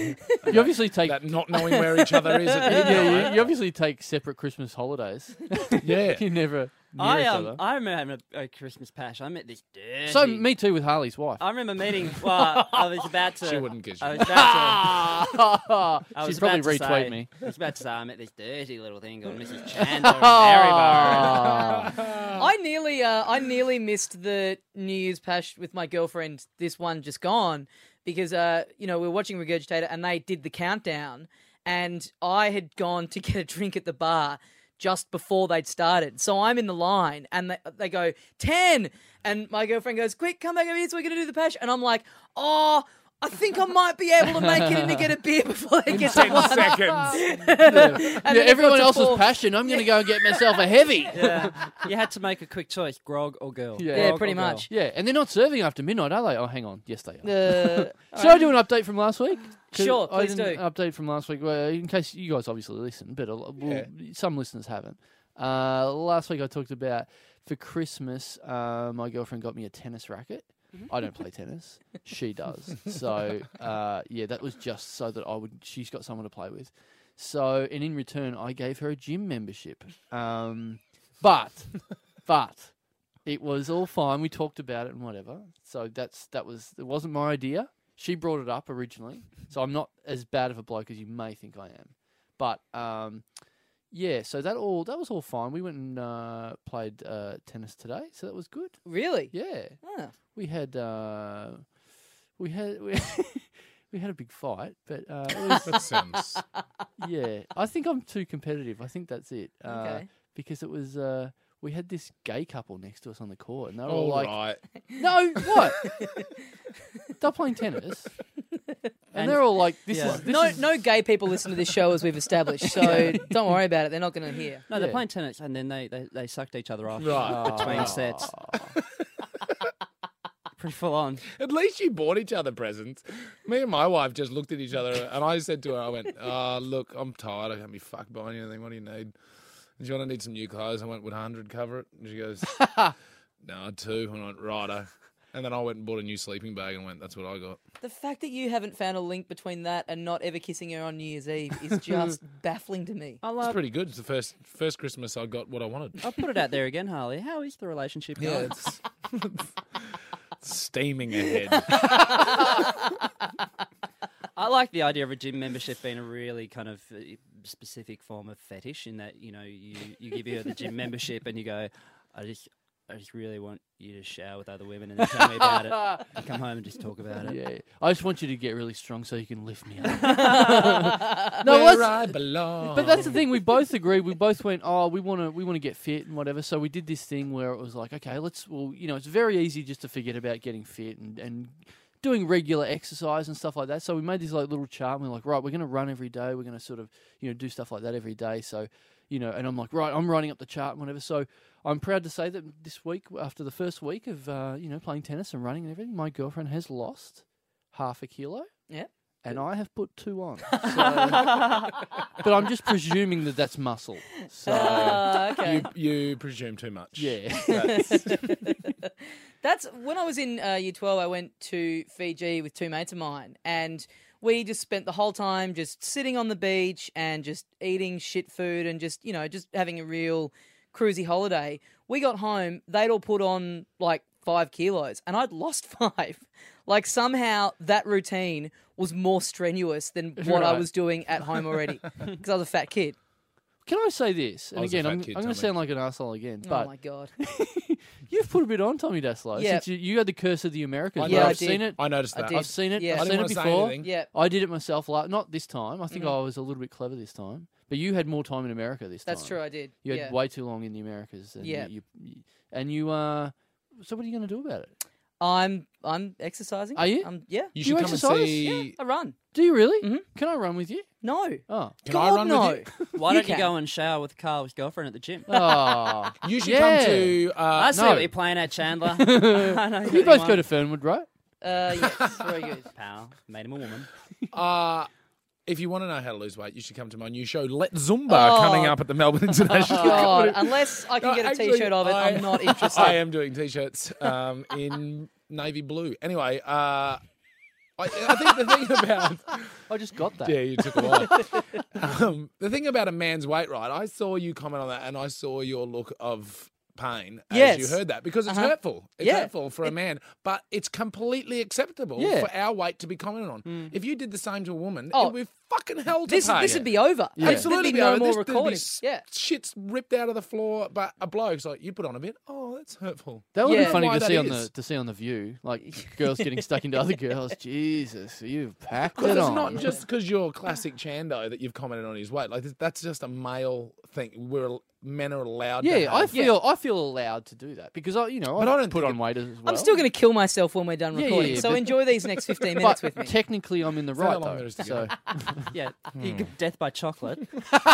[SPEAKER 2] You obviously take.
[SPEAKER 4] that not knowing where each other is. At
[SPEAKER 2] yeah,
[SPEAKER 4] midnight.
[SPEAKER 2] you, you obviously take separate Christmas holidays.
[SPEAKER 4] Yeah.
[SPEAKER 2] you never. Near
[SPEAKER 3] I
[SPEAKER 2] each
[SPEAKER 3] um,
[SPEAKER 2] other.
[SPEAKER 3] I remember having a, a Christmas pash. I met this dirty.
[SPEAKER 2] so me too with Harley's wife.
[SPEAKER 3] I remember meeting. Well, I was about to.
[SPEAKER 4] She wouldn't kiss you.
[SPEAKER 3] I was about to. I
[SPEAKER 2] She'd
[SPEAKER 3] was
[SPEAKER 2] probably
[SPEAKER 3] about to
[SPEAKER 2] retweet
[SPEAKER 3] say-
[SPEAKER 2] me.
[SPEAKER 3] I was about to say I met this dirty little thing called Mrs. Chandler in Maryborough.
[SPEAKER 2] Ah. Oh.
[SPEAKER 1] I nearly, uh, I nearly missed the New Year's pash with my girlfriend. This one just gone because, uh, you know, we were watching Regurgitator and they did the countdown, and I had gone to get a drink at the bar just before they'd started. So I'm in the line, and they, they go ten, and my girlfriend goes, "Quick, come back over here, so we're gonna do the pash." And I'm like, "Oh." I think I might be able to make it in to get a beer before they get to one.
[SPEAKER 4] seconds.
[SPEAKER 1] And
[SPEAKER 2] yeah,
[SPEAKER 1] then it got
[SPEAKER 2] everyone
[SPEAKER 1] to
[SPEAKER 2] else's
[SPEAKER 1] four.
[SPEAKER 2] passion. I'm going to go and get myself a heavy. Yeah,
[SPEAKER 3] Yeah. You had to make a quick choice: grog or girl.
[SPEAKER 2] Yeah.
[SPEAKER 1] Yeah,
[SPEAKER 3] Grog
[SPEAKER 1] pretty
[SPEAKER 3] or girl.
[SPEAKER 1] much.
[SPEAKER 2] and they're not serving after midnight, are they? Oh, hang on. Yes, they are.
[SPEAKER 1] Uh,
[SPEAKER 2] Should I do an update from last week? 'Cause
[SPEAKER 1] Sure,
[SPEAKER 2] I
[SPEAKER 1] please
[SPEAKER 2] didn't
[SPEAKER 1] do.
[SPEAKER 2] Update from last week, well, in case you guys obviously listen, but a, lo- well, some listeners haven't. Uh, last week I talked about for Christmas, uh, my girlfriend got me a tennis racket. I don't play tennis. She does. So uh, yeah, that was just so that I would. She's got someone to play with. So and in return, I gave her a gym membership. Um, but but it was all fine. We talked about it and whatever. So that's that was it wasn't my idea. She brought it up originally. So I'm not as bad of a bloke as you may think I am. But um yeah, so that all that was all fine. We went and uh, played uh, tennis today, so that was good.
[SPEAKER 1] really?
[SPEAKER 2] Yeah,
[SPEAKER 1] Oh.
[SPEAKER 2] we had uh, we had we, we had a big fight, but uh, it was,
[SPEAKER 4] that sounds.
[SPEAKER 2] yeah, I think I'm too competitive. I think that's it. Uh,
[SPEAKER 1] Okay.
[SPEAKER 2] Because it was uh, we had this gay couple next to us on the court, and they were all
[SPEAKER 4] All
[SPEAKER 2] like,
[SPEAKER 4] right.
[SPEAKER 2] no, what? they're playing tennis. And they're all like, this
[SPEAKER 3] Yeah.
[SPEAKER 2] is. This
[SPEAKER 1] No,
[SPEAKER 2] is-
[SPEAKER 1] no gay people listen to this show as we've established, so don't worry about it. They're not going to hear.
[SPEAKER 3] No, they're
[SPEAKER 2] Yeah.
[SPEAKER 3] playing tennis, and then they, they, they sucked each other off
[SPEAKER 4] Right.
[SPEAKER 3] between sets. Pretty full on.
[SPEAKER 4] At least you bought each other presents. Me and my wife just looked at each other, and I said to her, "I went, ah, look, I'm tired. I can't be fucked buying anything. What do you need? Do you want to need some new clothes?" I went, "Would hundred cover it?" And she goes, "No, two. And I went, "Righto." And then I went and bought a new sleeping bag and went, "That's what I got."
[SPEAKER 1] The fact that you haven't found a link between that and not ever kissing her on New Year's Eve is just baffling to me.
[SPEAKER 3] I'll,
[SPEAKER 4] It's
[SPEAKER 3] uh,
[SPEAKER 4] pretty good. It's the first first Christmas I got what I wanted.
[SPEAKER 3] I'll put it out there again, Harley. How is the relationship going?
[SPEAKER 4] it's, it's steaming ahead.
[SPEAKER 3] I like the idea of a gym membership being a really kind of uh, specific form of fetish in that, you know, you, you give her the gym membership and you go, I just, I just really want you to shower with other women and then tell me about it. And come home and just talk about it.
[SPEAKER 2] Yeah, I just want you to get really strong so you can lift me up.
[SPEAKER 4] Where
[SPEAKER 2] no, let's,
[SPEAKER 4] I belong.
[SPEAKER 2] But that's the thing. We both agreed. We both went, oh, we want to, we want to get fit and whatever. So we did this thing where it was like, okay, let's. Well, you know, it's very easy just to forget about getting fit and and doing regular exercise and stuff like that. So we made this like little chart. and We're like, right, we're going to run every day. We're going to sort of, you know, do stuff like that every day. So, you know, and I'm like, right, I'm writing up the chart and whatever. So I'm proud to say that this week, after the first week of, uh, you know, playing tennis and running and everything, my girlfriend has lost half a kilo.
[SPEAKER 1] Yep.
[SPEAKER 2] And I have put two on, So- but I'm just presuming that that's muscle. So
[SPEAKER 1] Ah, okay.
[SPEAKER 4] you, you presume too much.
[SPEAKER 2] yeah,
[SPEAKER 1] That's when I was in uh, year 12, I went to Fiji with two mates of mine, and we just spent the whole time just sitting on the beach and just eating shit food and just, you know, just having a real cruisy holiday. We got home, they'd all put on like five kilos, and I'd lost five. Like, somehow that routine was more strenuous than what I
[SPEAKER 2] Right.
[SPEAKER 1] was doing at home already because I was a fat kid.
[SPEAKER 2] Can I say this? And
[SPEAKER 4] was a
[SPEAKER 2] again,
[SPEAKER 4] fat
[SPEAKER 2] I'm,
[SPEAKER 4] kid,
[SPEAKER 2] I'm going to
[SPEAKER 4] Tommy.
[SPEAKER 2] sound like an asshole again,
[SPEAKER 1] oh my
[SPEAKER 2] but
[SPEAKER 1] God.
[SPEAKER 2] you've put a bit on, Tommy Daslow.
[SPEAKER 1] Yeah.
[SPEAKER 2] Since you, you had the curse of the Americans.
[SPEAKER 4] I
[SPEAKER 2] where
[SPEAKER 4] know.
[SPEAKER 2] I've
[SPEAKER 1] Yeah, I
[SPEAKER 2] seen
[SPEAKER 1] did.
[SPEAKER 2] it.
[SPEAKER 4] I noticed
[SPEAKER 1] I
[SPEAKER 4] that.
[SPEAKER 1] did.
[SPEAKER 2] I've seen it.
[SPEAKER 1] Yeah. I
[SPEAKER 2] I've
[SPEAKER 4] didn't
[SPEAKER 2] seen it
[SPEAKER 4] wanna say
[SPEAKER 2] before.
[SPEAKER 4] anything.
[SPEAKER 1] Yeah.
[SPEAKER 2] I did it myself. Like not this time. I
[SPEAKER 1] Mm-hmm.
[SPEAKER 2] think I was a little bit clever this time. But you had more time in America this
[SPEAKER 1] That's
[SPEAKER 2] time.
[SPEAKER 1] true, I did.
[SPEAKER 2] You had
[SPEAKER 1] yeah.
[SPEAKER 2] way too long in the Americas. And
[SPEAKER 1] Yeah.
[SPEAKER 2] You, you, and you. Uh, so what are you going to do about it?
[SPEAKER 1] I'm I'm exercising.
[SPEAKER 2] Are you?
[SPEAKER 1] I'm, yeah.
[SPEAKER 4] You
[SPEAKER 2] You
[SPEAKER 4] should come
[SPEAKER 2] exercise?
[SPEAKER 4] and see.
[SPEAKER 1] I run.
[SPEAKER 2] Do you really?
[SPEAKER 1] Mhm.
[SPEAKER 2] Mm-hmm. Can I run with you?
[SPEAKER 1] No.
[SPEAKER 2] Oh.
[SPEAKER 4] Can
[SPEAKER 1] God,
[SPEAKER 4] I run
[SPEAKER 1] no.
[SPEAKER 4] with you?
[SPEAKER 3] Why
[SPEAKER 1] You
[SPEAKER 3] don't you
[SPEAKER 1] can.
[SPEAKER 3] go and shower with Carl's girlfriend at the gym?
[SPEAKER 2] Oh.
[SPEAKER 4] You should
[SPEAKER 2] Yeah.
[SPEAKER 4] come to.
[SPEAKER 3] I
[SPEAKER 4] Uh,
[SPEAKER 3] see
[SPEAKER 2] no.
[SPEAKER 3] what you're playing at Chandler. I know
[SPEAKER 2] you both go
[SPEAKER 3] want-
[SPEAKER 2] to Fernwood, right?
[SPEAKER 1] Uh, yes, very good.
[SPEAKER 3] pal. Made him a woman.
[SPEAKER 4] uh, if you want to know how to lose weight, you should come to my new show, Let Zumba,
[SPEAKER 1] Oh.
[SPEAKER 4] coming up at the Melbourne
[SPEAKER 2] Oh.
[SPEAKER 4] International.
[SPEAKER 1] God,
[SPEAKER 4] Comedy-
[SPEAKER 1] unless I can
[SPEAKER 4] No,
[SPEAKER 1] get a
[SPEAKER 4] actually,
[SPEAKER 1] shirt of it, I, am not interested.
[SPEAKER 4] I am doing t-shirts um, in navy blue. Anyway, uh, I, I think the thing about
[SPEAKER 2] I just got that.
[SPEAKER 4] yeah, you took a while. um, the thing about a man's weight, right? I saw you comment on that, and I saw your look of pain as
[SPEAKER 1] Yes. Uh-huh.
[SPEAKER 4] you heard that because it's hurtful. It's
[SPEAKER 1] Yeah.
[SPEAKER 4] hurtful for a man, but it's completely acceptable
[SPEAKER 2] Yeah.
[SPEAKER 4] for our weight to be commented on. If you did the same to a woman,
[SPEAKER 1] Mm. Oh.
[SPEAKER 4] it'd be fucking hell to
[SPEAKER 1] this
[SPEAKER 4] pay.
[SPEAKER 1] this would be over.
[SPEAKER 2] Yeah.
[SPEAKER 1] There'd
[SPEAKER 4] Absolutely,
[SPEAKER 1] be no
[SPEAKER 4] Barry.
[SPEAKER 1] more
[SPEAKER 4] This- there'd be
[SPEAKER 1] recording.
[SPEAKER 4] s-
[SPEAKER 1] Yeah.
[SPEAKER 4] shit's ripped out of the floor. But a bloke's like, you put on a bit. Oh, that's hurtful.
[SPEAKER 2] That would
[SPEAKER 1] Yeah.
[SPEAKER 2] be funny
[SPEAKER 4] Why
[SPEAKER 2] to
[SPEAKER 4] that
[SPEAKER 2] see on the
[SPEAKER 4] is.
[SPEAKER 2] to see on the View, like girls getting stuck into other girls. Jesus, you've packed
[SPEAKER 4] Because
[SPEAKER 2] it
[SPEAKER 4] it's
[SPEAKER 2] on.
[SPEAKER 4] not just because you're classic Chando that you've commented on his weight. Like this- that's just a male thing. We're al- men are allowed. to
[SPEAKER 2] yeah, I
[SPEAKER 4] have-
[SPEAKER 2] feel I feel allowed to do that because I, you know,
[SPEAKER 4] But
[SPEAKER 2] I
[SPEAKER 4] I don't
[SPEAKER 2] put
[SPEAKER 4] think
[SPEAKER 2] on weight as well.
[SPEAKER 1] I'm still going to kill myself when we're done
[SPEAKER 2] Yeah, yeah,
[SPEAKER 1] recording.
[SPEAKER 2] yeah,
[SPEAKER 1] so
[SPEAKER 2] but-
[SPEAKER 1] enjoy these next 15
[SPEAKER 2] But
[SPEAKER 1] minutes with me.
[SPEAKER 2] technically, I'm in the
[SPEAKER 4] that how
[SPEAKER 2] right
[SPEAKER 4] long there
[SPEAKER 2] though.
[SPEAKER 4] is to
[SPEAKER 2] So
[SPEAKER 3] Yeah, you
[SPEAKER 2] Hmm.
[SPEAKER 3] get death by chocolate. But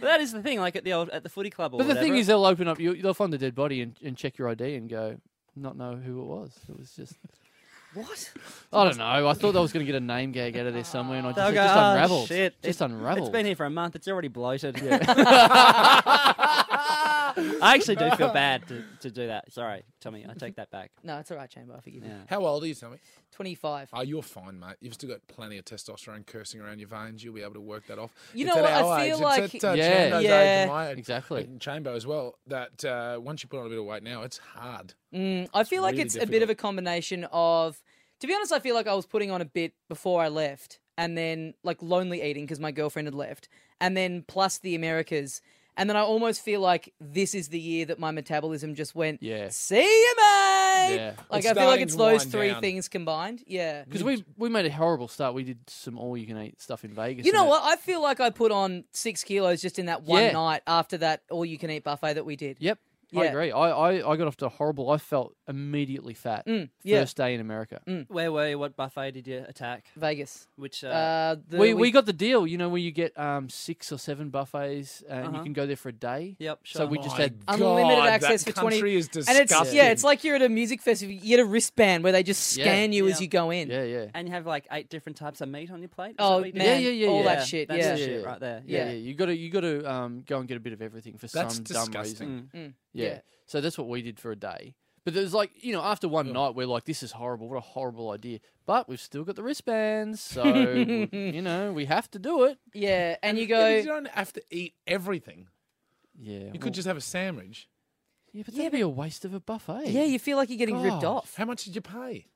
[SPEAKER 3] that is the thing, like at the old at the footy club. Or
[SPEAKER 2] But the thing
[SPEAKER 3] whatever.
[SPEAKER 2] is, they'll open up. You, they'll find the dead body and, and check your ID and go, not know who it was. It was just.
[SPEAKER 1] What?
[SPEAKER 2] I don't know. I thought I was going to get a name gag out of there somewhere, and I just,
[SPEAKER 3] They'll
[SPEAKER 2] it
[SPEAKER 3] go,
[SPEAKER 2] just
[SPEAKER 3] "Oh,
[SPEAKER 2] unravelled.
[SPEAKER 3] shit,
[SPEAKER 2] Just
[SPEAKER 3] it-
[SPEAKER 2] unravelled.
[SPEAKER 3] It's been here for a month. It's already bloated. I actually do feel bad to, to do that. Sorry, Tommy, I take that back.
[SPEAKER 1] No, it's all right, Chamber. I forgive you.
[SPEAKER 3] Yeah.
[SPEAKER 4] How old are you, Tommy?
[SPEAKER 1] 25.
[SPEAKER 4] Oh, you're fine, mate. You've still got plenty of testosterone cursing around your veins. You'll be able to work that off.
[SPEAKER 1] You
[SPEAKER 4] It's
[SPEAKER 1] know
[SPEAKER 4] at
[SPEAKER 1] what? I
[SPEAKER 4] our
[SPEAKER 1] feel
[SPEAKER 4] age.
[SPEAKER 1] like-
[SPEAKER 4] it's at, uh,
[SPEAKER 2] Yeah.
[SPEAKER 4] Chando's age
[SPEAKER 1] Yeah.
[SPEAKER 4] and my age.
[SPEAKER 2] Exactly.
[SPEAKER 4] And Chambo as well. That uh, once you put on a bit of weight now, it's hard.
[SPEAKER 1] Mm, I feel like
[SPEAKER 4] really
[SPEAKER 1] it's a bit of a
[SPEAKER 4] difficult.
[SPEAKER 1] combination of, to be honest, I feel like I was putting on a bit before I left, and then like lonely eating because my girlfriend had left, and then plus the Americas, and then I almost feel like this is the year that my metabolism just went.
[SPEAKER 2] Yeah.
[SPEAKER 1] See you, mate.
[SPEAKER 2] Yeah.
[SPEAKER 1] Like
[SPEAKER 4] It's
[SPEAKER 1] I feel like
[SPEAKER 4] starting
[SPEAKER 1] it's
[SPEAKER 4] to
[SPEAKER 1] those
[SPEAKER 4] wind
[SPEAKER 1] three
[SPEAKER 4] down.
[SPEAKER 1] things combined. Yeah.
[SPEAKER 2] Because we we made a horrible start. We did some all you can eat stuff in Vegas.
[SPEAKER 1] You
[SPEAKER 2] and
[SPEAKER 1] know
[SPEAKER 2] that-
[SPEAKER 1] what? I feel like I put on six kilos just in that one
[SPEAKER 2] Yeah.
[SPEAKER 1] night after that all you can eat buffet that we did.
[SPEAKER 2] Yep. I
[SPEAKER 1] Yeah.
[SPEAKER 2] agree. I, I, I got off to a horrible. I felt immediately fat.
[SPEAKER 1] yeah.
[SPEAKER 2] First day in America.
[SPEAKER 3] Where were you? What buffet did you attack?
[SPEAKER 1] Vegas.
[SPEAKER 3] Which uh,
[SPEAKER 1] Uh, the,
[SPEAKER 2] we, we got the deal, you know, where you get um, six or seven buffets and you
[SPEAKER 3] Uh-huh.
[SPEAKER 2] can go there for a day.
[SPEAKER 3] Yep,
[SPEAKER 2] So
[SPEAKER 3] sure.
[SPEAKER 2] we just
[SPEAKER 4] My
[SPEAKER 2] had.
[SPEAKER 1] unlimited
[SPEAKER 4] God,
[SPEAKER 1] access
[SPEAKER 4] that
[SPEAKER 1] for 20
[SPEAKER 4] country is
[SPEAKER 1] and it's
[SPEAKER 4] disgusting.
[SPEAKER 1] yeah, it's like you're at a music festival. You get a wristband where they just
[SPEAKER 2] Yeah.
[SPEAKER 1] scan you as
[SPEAKER 3] Yeah.
[SPEAKER 1] you go in.
[SPEAKER 2] Yeah, yeah.
[SPEAKER 3] and you have like eight different types of meat on your plate. Is that
[SPEAKER 1] Oh
[SPEAKER 3] what
[SPEAKER 1] man,
[SPEAKER 3] you did?
[SPEAKER 2] Yeah, yeah, yeah,
[SPEAKER 1] all
[SPEAKER 2] yeah.
[SPEAKER 1] that shit.
[SPEAKER 3] That's
[SPEAKER 1] yeah.
[SPEAKER 3] the shit right there.
[SPEAKER 1] Yeah.
[SPEAKER 2] Yeah, yeah. You got to you got to um, go and get a bit of everything for
[SPEAKER 4] That's
[SPEAKER 2] some dumb
[SPEAKER 4] disgusting.
[SPEAKER 2] reason.
[SPEAKER 3] Hmm.
[SPEAKER 1] Yeah.
[SPEAKER 2] Yeah. So that's what we did for a day. But there's like, you know, after one night, we're like, this is horrible. What a horrible idea. But we've still got the wristbands. So, we- you know, we have to do it.
[SPEAKER 1] Yeah, and you
[SPEAKER 4] Yeah, but you
[SPEAKER 1] go.
[SPEAKER 4] don't have to eat everything.
[SPEAKER 2] Yeah.
[SPEAKER 4] You could just have a sandwich.
[SPEAKER 2] Yeah, but that'd be a waste of a buffet.
[SPEAKER 1] Yeah, you feel like you're getting ripped
[SPEAKER 2] God.
[SPEAKER 1] off.
[SPEAKER 4] How much did you pay?